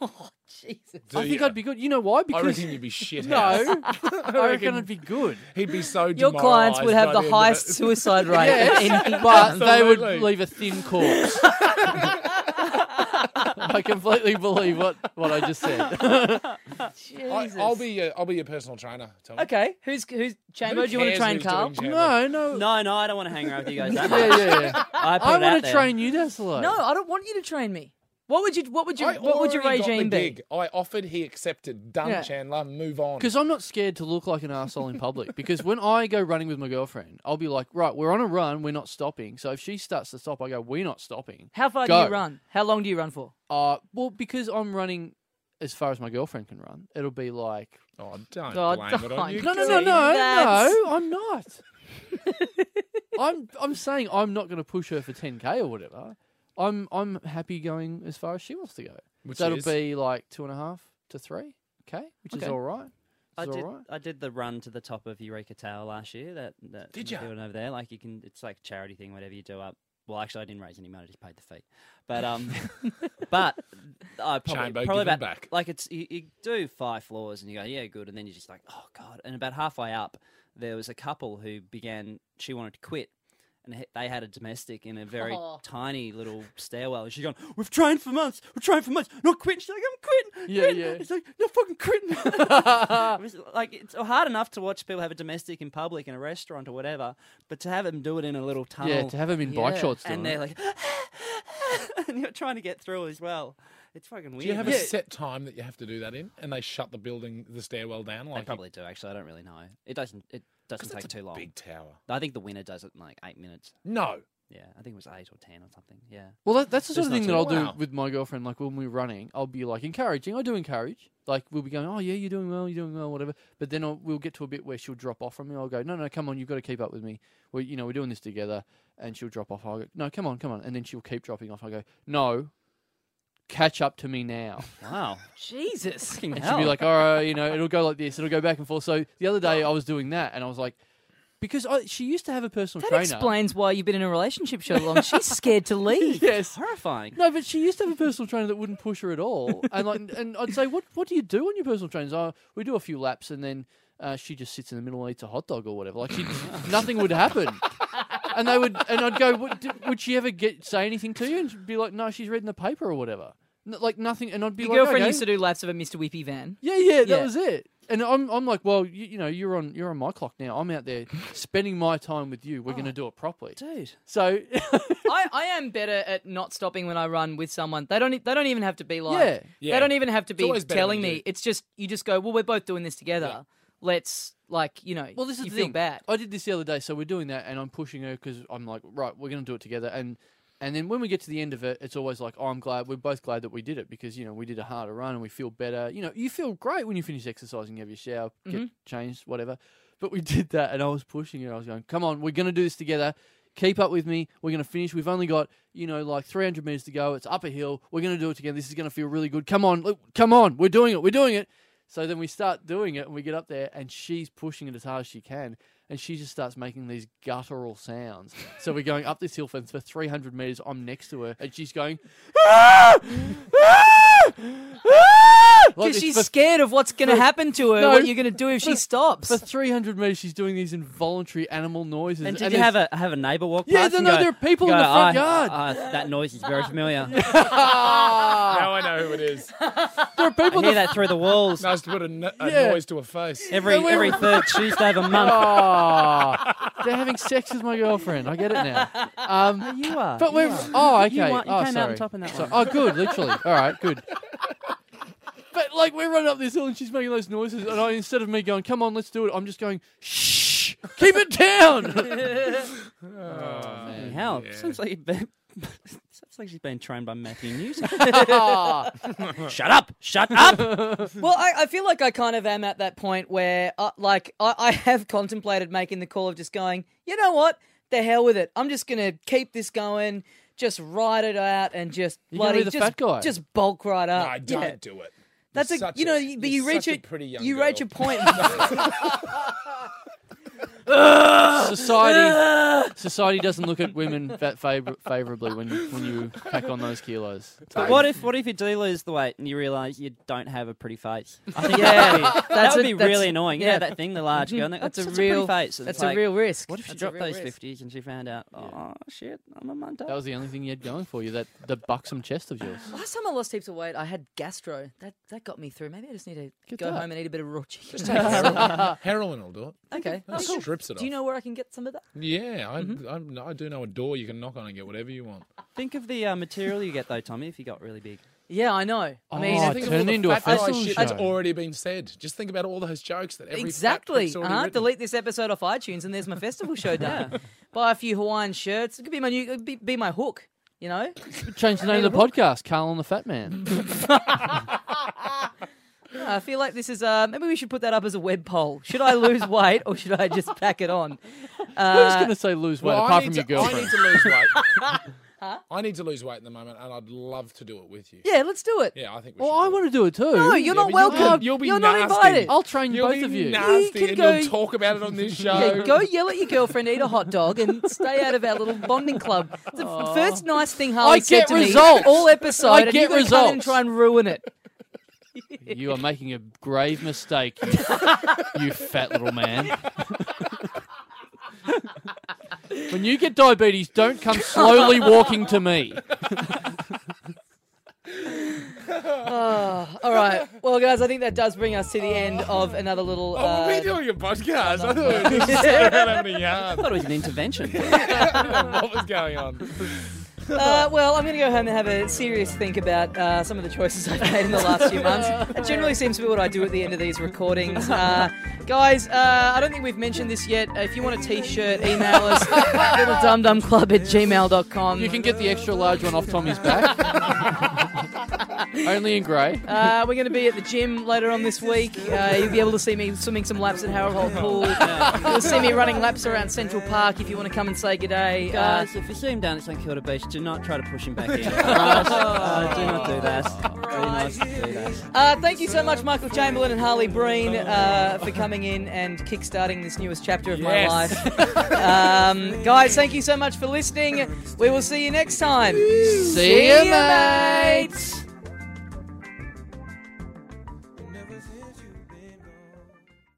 [SPEAKER 1] Oh, Jesus.
[SPEAKER 4] Do
[SPEAKER 2] I think
[SPEAKER 4] ya?
[SPEAKER 2] I'd be good. You know why?
[SPEAKER 4] I
[SPEAKER 2] Because
[SPEAKER 4] reckon you'd be shit.
[SPEAKER 2] no,
[SPEAKER 4] house.
[SPEAKER 2] I reckon I'd be good.
[SPEAKER 4] He'd be so.
[SPEAKER 1] Your clients would have the highest
[SPEAKER 4] highest.
[SPEAKER 1] suicide rate
[SPEAKER 2] Yes,
[SPEAKER 1] of any
[SPEAKER 2] but they would
[SPEAKER 4] Absolutely.
[SPEAKER 2] leave a thin corpse. I completely believe what, what I just said.
[SPEAKER 4] I,
[SPEAKER 1] Jesus.
[SPEAKER 4] I'll be. Your, I'll be your personal trainer. Tommy.
[SPEAKER 1] Okay, who's who's Chambo?
[SPEAKER 4] Who
[SPEAKER 1] do you want to
[SPEAKER 4] cares
[SPEAKER 1] train
[SPEAKER 4] who's doing
[SPEAKER 1] Carl?
[SPEAKER 4] Chandler?
[SPEAKER 2] No, no,
[SPEAKER 3] No, no, I don't want to hang around with you guys. that
[SPEAKER 2] Yeah,
[SPEAKER 3] much.
[SPEAKER 2] yeah, yeah.
[SPEAKER 3] I, put
[SPEAKER 2] I
[SPEAKER 3] it out
[SPEAKER 2] want to
[SPEAKER 3] there.
[SPEAKER 2] train you, Dazzler.
[SPEAKER 1] No, I don't want you to train me. What would you? What would you?
[SPEAKER 4] I
[SPEAKER 1] what would your
[SPEAKER 4] already got the
[SPEAKER 1] regime be?
[SPEAKER 4] gig. I offered, he accepted. Done,
[SPEAKER 1] Yeah.
[SPEAKER 4] Chandler. Move on.
[SPEAKER 2] Because I'm not scared to look like an asshole in public. Because when I go running with my girlfriend, I'll be like, right, we're on a run, we're not stopping. So if she starts to stop, I go, we're not stopping.
[SPEAKER 1] How far do
[SPEAKER 2] Go.
[SPEAKER 1] you run? How long do you run for?
[SPEAKER 2] Uh, well, because I'm running as far as my girlfriend can run, it'll be like,
[SPEAKER 4] Oh, don't
[SPEAKER 1] Oh,
[SPEAKER 4] blame it
[SPEAKER 1] don't.
[SPEAKER 4] on you.
[SPEAKER 2] no, no,
[SPEAKER 1] See,
[SPEAKER 2] no, no,
[SPEAKER 1] that's-
[SPEAKER 2] no, I'm not. I'm I'm saying I'm not going to push her for 10k or whatever. I'm I'm happy going as far as she wants to go.
[SPEAKER 4] Which
[SPEAKER 2] That'll
[SPEAKER 4] is?
[SPEAKER 2] be like two and a half to three k, which is
[SPEAKER 1] Okay.
[SPEAKER 2] all right.
[SPEAKER 3] I
[SPEAKER 2] It's
[SPEAKER 3] did.
[SPEAKER 2] all right.
[SPEAKER 3] I did the run to the top of Eureka Tower last year. That that
[SPEAKER 4] Did
[SPEAKER 3] thing
[SPEAKER 4] ya?
[SPEAKER 3] doing over there? Like you can, it's like a charity thing. Whatever you do up. Well, actually, I didn't raise any money. I just paid the fee. But um, but I probably,
[SPEAKER 4] Chambo,
[SPEAKER 3] probably
[SPEAKER 4] give 'em
[SPEAKER 3] about
[SPEAKER 4] back.
[SPEAKER 3] like it's you, you do five floors and you go yeah good, and then you're just like oh god. And about halfway up, there was a couple who began. She wanted to quit. And he- they had a domestic in a very
[SPEAKER 1] Oh.
[SPEAKER 3] tiny little stairwell. And she's going, "We've trained for months. We've trained for months. Not quitting." She's like, "I'm quitting."
[SPEAKER 2] Yeah,
[SPEAKER 3] quitting."
[SPEAKER 2] yeah.
[SPEAKER 3] It's like, "You're fucking quitting." It was like it's hard enough to watch people have a domestic in public in a restaurant or whatever, but to have them do it in a little tunnel
[SPEAKER 2] Yeah, to have him in bike
[SPEAKER 1] Yeah.
[SPEAKER 2] shorts.
[SPEAKER 3] Oh, and
[SPEAKER 2] doing
[SPEAKER 3] they're
[SPEAKER 2] it.
[SPEAKER 3] like, and you're trying to get through as well. It's fucking weird.
[SPEAKER 4] Do you have
[SPEAKER 2] Yeah.
[SPEAKER 4] a set time that you have to do that in? And they shut the building, the stairwell down?
[SPEAKER 3] I
[SPEAKER 4] Like
[SPEAKER 3] probably do actually. I don't really know. It doesn't. It doesn't take too long.
[SPEAKER 4] Big tower.
[SPEAKER 3] I think the winner does it in like eight minutes.
[SPEAKER 4] No.
[SPEAKER 3] Yeah, I think it was eight or ten or something. Yeah.
[SPEAKER 2] Well, that, that's the sort
[SPEAKER 3] There's
[SPEAKER 2] of thing
[SPEAKER 3] not
[SPEAKER 2] that
[SPEAKER 3] too
[SPEAKER 2] I'll
[SPEAKER 4] much. Wow.
[SPEAKER 2] do with my girlfriend. Like when we're running, I'll be like encouraging. I do encourage. Like we'll be going, oh yeah, you're doing well, you're doing well, whatever. But then I'll, we'll get to a bit where she'll drop off from me. I'll go, no, no, come on, you've got to keep up with me. We, you know, we're doing this together. And she'll drop off. I'll go, no, come on, come on. And then she'll keep dropping off. I go, no, catch up to me now.
[SPEAKER 3] Wow.
[SPEAKER 1] Jesus.
[SPEAKER 3] Fucking
[SPEAKER 2] And she'll be
[SPEAKER 3] hell.
[SPEAKER 2] like, all right, you know, it'll go like this. It'll go back and forth. So the other day I was doing that, and I was like, because I, she used to have a personal
[SPEAKER 1] That
[SPEAKER 2] trainer.
[SPEAKER 1] explains why you've been in a relationship so long. She's scared to leave.
[SPEAKER 2] yes.
[SPEAKER 3] horrifying.
[SPEAKER 2] No, but she used to have a personal trainer that wouldn't push her at all. And like, and I'd say, what what do you do on your personal trainers? Oh, we do a few laps, and then uh, she just sits in the middle and eats a hot dog or whatever. Like, she, nothing would happen. And they would, and I'd go, "What- d- would she ever get say anything to you? And she'd be like, no, she's reading the paper or whatever. N- like nothing, and I'd be
[SPEAKER 1] Your
[SPEAKER 2] like,
[SPEAKER 1] girlfriend
[SPEAKER 2] okay.
[SPEAKER 1] used to do laps of a Mr. Whippy van.
[SPEAKER 2] Yeah, yeah, that
[SPEAKER 1] Yeah.
[SPEAKER 2] was it. And I'm, I'm like, well, you, you know, you're on, you're on my clock now. I'm out there spending my time with you. We're going to do it properly.
[SPEAKER 3] Dude.
[SPEAKER 2] So,
[SPEAKER 1] I, I am better at not stopping when I run with someone. They don't e- they don't even have to be like
[SPEAKER 2] Yeah.
[SPEAKER 4] Yeah.
[SPEAKER 1] they don't even have to be
[SPEAKER 4] always better
[SPEAKER 1] telling
[SPEAKER 4] when you
[SPEAKER 1] me.
[SPEAKER 4] do.
[SPEAKER 1] It's just you just go, Well, we're both doing this together. Let's like, you know,
[SPEAKER 2] well, this is
[SPEAKER 1] you
[SPEAKER 2] the
[SPEAKER 1] feel
[SPEAKER 2] thing.
[SPEAKER 1] bad.
[SPEAKER 2] I did this the other day, so we're doing that, and I'm pushing her because I'm like, right, we're going to do it together, and and then when we get to the end of it, it's always like, oh, I'm glad we're both glad that we did it because you know we did a harder run and we feel better. You know, you feel great when you finish exercising, you have your shower, get changed, whatever. But we did that, and I was pushing her. I was going, come on, we're going to do this together. Keep up with me. We're going to finish. We've only got, you know, like 300 meters to go. It's up a hill. We're going to do it together. This is going to feel really good. Come on. look, Come on. We're doing it. We're doing it. So then we start doing it and we get up there and she's pushing it as hard as she can and she just starts making these guttural sounds. so we're going up this hill fence for 300 meters. I'm next to her and she's going, "Ah! Ah! Ah!" Like
[SPEAKER 1] Because
[SPEAKER 2] this
[SPEAKER 1] she's
[SPEAKER 2] for,
[SPEAKER 1] scared of what's going to happen to her,
[SPEAKER 2] No,
[SPEAKER 1] what you're going to do if she stops.
[SPEAKER 2] for 300 meters, she's doing these involuntary animal noises.
[SPEAKER 3] And did
[SPEAKER 2] and
[SPEAKER 3] you
[SPEAKER 2] there's-
[SPEAKER 3] have a have a neighbour walk
[SPEAKER 2] Yeah,
[SPEAKER 3] past?
[SPEAKER 2] then
[SPEAKER 3] and
[SPEAKER 2] no,
[SPEAKER 3] go-
[SPEAKER 2] there are people in
[SPEAKER 3] go,
[SPEAKER 2] the front
[SPEAKER 3] "Oh,
[SPEAKER 2] yard."
[SPEAKER 3] oh, that noise is very familiar.
[SPEAKER 1] Oh.
[SPEAKER 4] Now I know who it is.
[SPEAKER 2] there are people
[SPEAKER 3] I
[SPEAKER 2] in the
[SPEAKER 3] hear that through the walls
[SPEAKER 4] Nice to put a, no- a
[SPEAKER 2] Yeah.
[SPEAKER 4] noise to a face.
[SPEAKER 3] every
[SPEAKER 2] No, we
[SPEAKER 3] every
[SPEAKER 2] were-
[SPEAKER 3] third Tuesday of a month.
[SPEAKER 2] Oh, they're having sex with my girlfriend. I get it now. Um,
[SPEAKER 3] You are.
[SPEAKER 2] but
[SPEAKER 3] you
[SPEAKER 2] we're
[SPEAKER 3] are.
[SPEAKER 2] oh okay.
[SPEAKER 3] You wa- you
[SPEAKER 2] oh,
[SPEAKER 3] came out
[SPEAKER 2] sorry.
[SPEAKER 3] on top in that
[SPEAKER 2] So-
[SPEAKER 3] one.
[SPEAKER 2] Oh, good. Literally. All right. Good. But like we're running up this hill and she's making those noises, and I instead of me going, "Come on, let's do it," I'm just going, "Shh, keep it down."
[SPEAKER 4] Oh,
[SPEAKER 1] Oh,
[SPEAKER 3] Fucking hell.
[SPEAKER 4] Yeah.
[SPEAKER 3] Sounds like you've been- sounds like she's been trained by Matthew News.
[SPEAKER 2] Ah.
[SPEAKER 3] shut up! Shut up!
[SPEAKER 1] Well, I, I feel like I kind of am at that point where, uh, like, I, I have contemplated making the call of just going, you know what? The hell with it. I'm just going to keep this going, just ride it out, and just
[SPEAKER 2] You're gonna
[SPEAKER 1] bloody
[SPEAKER 2] be the
[SPEAKER 1] just,
[SPEAKER 2] fat guy.
[SPEAKER 1] just bulk right
[SPEAKER 4] No,
[SPEAKER 1] up.
[SPEAKER 4] I don't
[SPEAKER 1] Uh, Yeah.
[SPEAKER 4] do it.
[SPEAKER 1] That's
[SPEAKER 4] You're
[SPEAKER 1] a
[SPEAKER 4] such
[SPEAKER 1] you know, but you
[SPEAKER 4] you're
[SPEAKER 1] reach
[SPEAKER 4] such
[SPEAKER 1] it.
[SPEAKER 4] a pretty young
[SPEAKER 1] you
[SPEAKER 4] girl.
[SPEAKER 1] reach a point.
[SPEAKER 2] society, society doesn't look at women that favor- favorably when you, when you pack on those kilos.
[SPEAKER 3] But what if what if you do lose the weight and you realise you don't have a pretty face? I think
[SPEAKER 1] Yeah,
[SPEAKER 3] that would be,
[SPEAKER 1] that's
[SPEAKER 3] that would
[SPEAKER 1] a-
[SPEAKER 3] be
[SPEAKER 1] that's-
[SPEAKER 3] really annoying. Yeah,
[SPEAKER 1] yeah.
[SPEAKER 3] that thing, the large girl. and they go,
[SPEAKER 1] that's a
[SPEAKER 3] "That's
[SPEAKER 1] real.
[SPEAKER 3] pretty face. And
[SPEAKER 1] That's
[SPEAKER 3] it's like,
[SPEAKER 1] a real risk.
[SPEAKER 3] What if she
[SPEAKER 1] That's a
[SPEAKER 3] dropped
[SPEAKER 1] real
[SPEAKER 3] those
[SPEAKER 1] risk.
[SPEAKER 3] fifties and she found out? Oh shit, I'm a month
[SPEAKER 2] That was the only thing you had going for you that the buxom chest of yours.
[SPEAKER 1] Last time I lost heaps of weight, I had gastro. That that got me through. Maybe I just need to
[SPEAKER 2] Get
[SPEAKER 1] go
[SPEAKER 2] that.
[SPEAKER 1] home and eat a bit of raw chicken.
[SPEAKER 4] Just take heroin. heroin will do it.
[SPEAKER 1] okay.
[SPEAKER 4] That strips it off.
[SPEAKER 1] Oh, Do you know Mm-hmm. where I can get some of that?
[SPEAKER 4] Yeah, I, I'm- I do know a door you can knock on and get whatever you want.
[SPEAKER 3] Think of the uh, material you get though, Tommy. If you got really big,
[SPEAKER 1] Yeah, I know. I
[SPEAKER 2] Oh,
[SPEAKER 1] mean,
[SPEAKER 2] I
[SPEAKER 4] Think of
[SPEAKER 2] Turn
[SPEAKER 4] all the
[SPEAKER 2] it into a
[SPEAKER 4] fat guy
[SPEAKER 2] festival
[SPEAKER 4] shit that's
[SPEAKER 2] show.
[SPEAKER 4] already been said. Just think about all those jokes that every fat
[SPEAKER 1] Exactly.
[SPEAKER 4] prick's already
[SPEAKER 1] Uh-huh.
[SPEAKER 4] written.
[SPEAKER 1] Delete this episode off iTunes, and there's my festival show done. Buy a few Hawaiian shirts. It could be my new, it'd be, be my hook. You know,
[SPEAKER 2] Change the name of the podcast, Carl and the Fat Man.
[SPEAKER 1] I feel like this is. Uh, maybe we should put that up as a web poll. Should I lose weight or should I just pack it on?
[SPEAKER 2] Who's
[SPEAKER 1] Uh,
[SPEAKER 2] going to say lose weight
[SPEAKER 4] Well, I
[SPEAKER 2] apart from
[SPEAKER 4] need
[SPEAKER 2] your
[SPEAKER 4] to- I
[SPEAKER 2] girlfriend?
[SPEAKER 4] need to lose weight. I need to lose weight at the moment, and I'd love to do it with you.
[SPEAKER 1] yeah, let's do it.
[SPEAKER 4] Yeah, I think we
[SPEAKER 2] Well,
[SPEAKER 4] should.
[SPEAKER 2] Oh, I want to do it too.
[SPEAKER 1] No, you're
[SPEAKER 4] Yeah,
[SPEAKER 1] not
[SPEAKER 4] but you'll be-
[SPEAKER 1] welcome.
[SPEAKER 4] you'll be
[SPEAKER 1] are not
[SPEAKER 4] nasty. Oh,
[SPEAKER 1] invited.
[SPEAKER 2] I'll train
[SPEAKER 4] You'll
[SPEAKER 2] both
[SPEAKER 4] be
[SPEAKER 2] of you.
[SPEAKER 4] nasty,
[SPEAKER 1] You can
[SPEAKER 4] and
[SPEAKER 1] go-
[SPEAKER 4] you'll talk about it on this show.
[SPEAKER 1] Yeah, go yell at your girlfriend, eat a hot dog, and stay out of our little bonding club. It's the f- first nice thing Harley
[SPEAKER 2] I
[SPEAKER 1] said
[SPEAKER 2] get
[SPEAKER 1] to
[SPEAKER 2] results.
[SPEAKER 1] me all episode.
[SPEAKER 2] I
[SPEAKER 1] and you gotta
[SPEAKER 2] get
[SPEAKER 1] come in and
[SPEAKER 2] results.
[SPEAKER 1] try and ruin it.
[SPEAKER 2] You are making a grave mistake, you, you fat little man. when you get diabetes, don't come slowly walking to me.
[SPEAKER 1] Oh, all right. Well, guys, I think that does bring us to the end of another little.
[SPEAKER 4] Oh,
[SPEAKER 1] uh,
[SPEAKER 4] we're doing a podcast. I thought we were just having a yarn.
[SPEAKER 3] I thought it was an intervention.
[SPEAKER 4] What was going on?
[SPEAKER 1] Uh, well, I'm going to go home and have a serious think about uh, some of the choices I've made in the last few months. That generally seems to be what I do at the end of these recordings. Uh, guys, uh, I don't think we've mentioned this yet. Uh, if you want a t shirt, email us littledumdumclub at gmail.com.
[SPEAKER 2] You can get the extra large one off Tommy's back. Only in grey.
[SPEAKER 1] Uh, we're going to be at the gym later on this week. Uh, you'll be able to see me swimming some laps at Harold Holt Pool. You'll see me running laps around Central Park if you want to come and say good day. Uh,
[SPEAKER 3] Guys, if you see him down at St Kilda Beach, do not try to push him back in. Guys, uh, do not do that. Do not do that.
[SPEAKER 1] Uh, thank you so much, Michael Chamberlain and Harley Breen, uh, for coming in and kickstarting this newest chapter of my
[SPEAKER 4] Yes.
[SPEAKER 1] life. Um, guys, thank you so much for listening. We will see you next time.
[SPEAKER 2] See you, mate.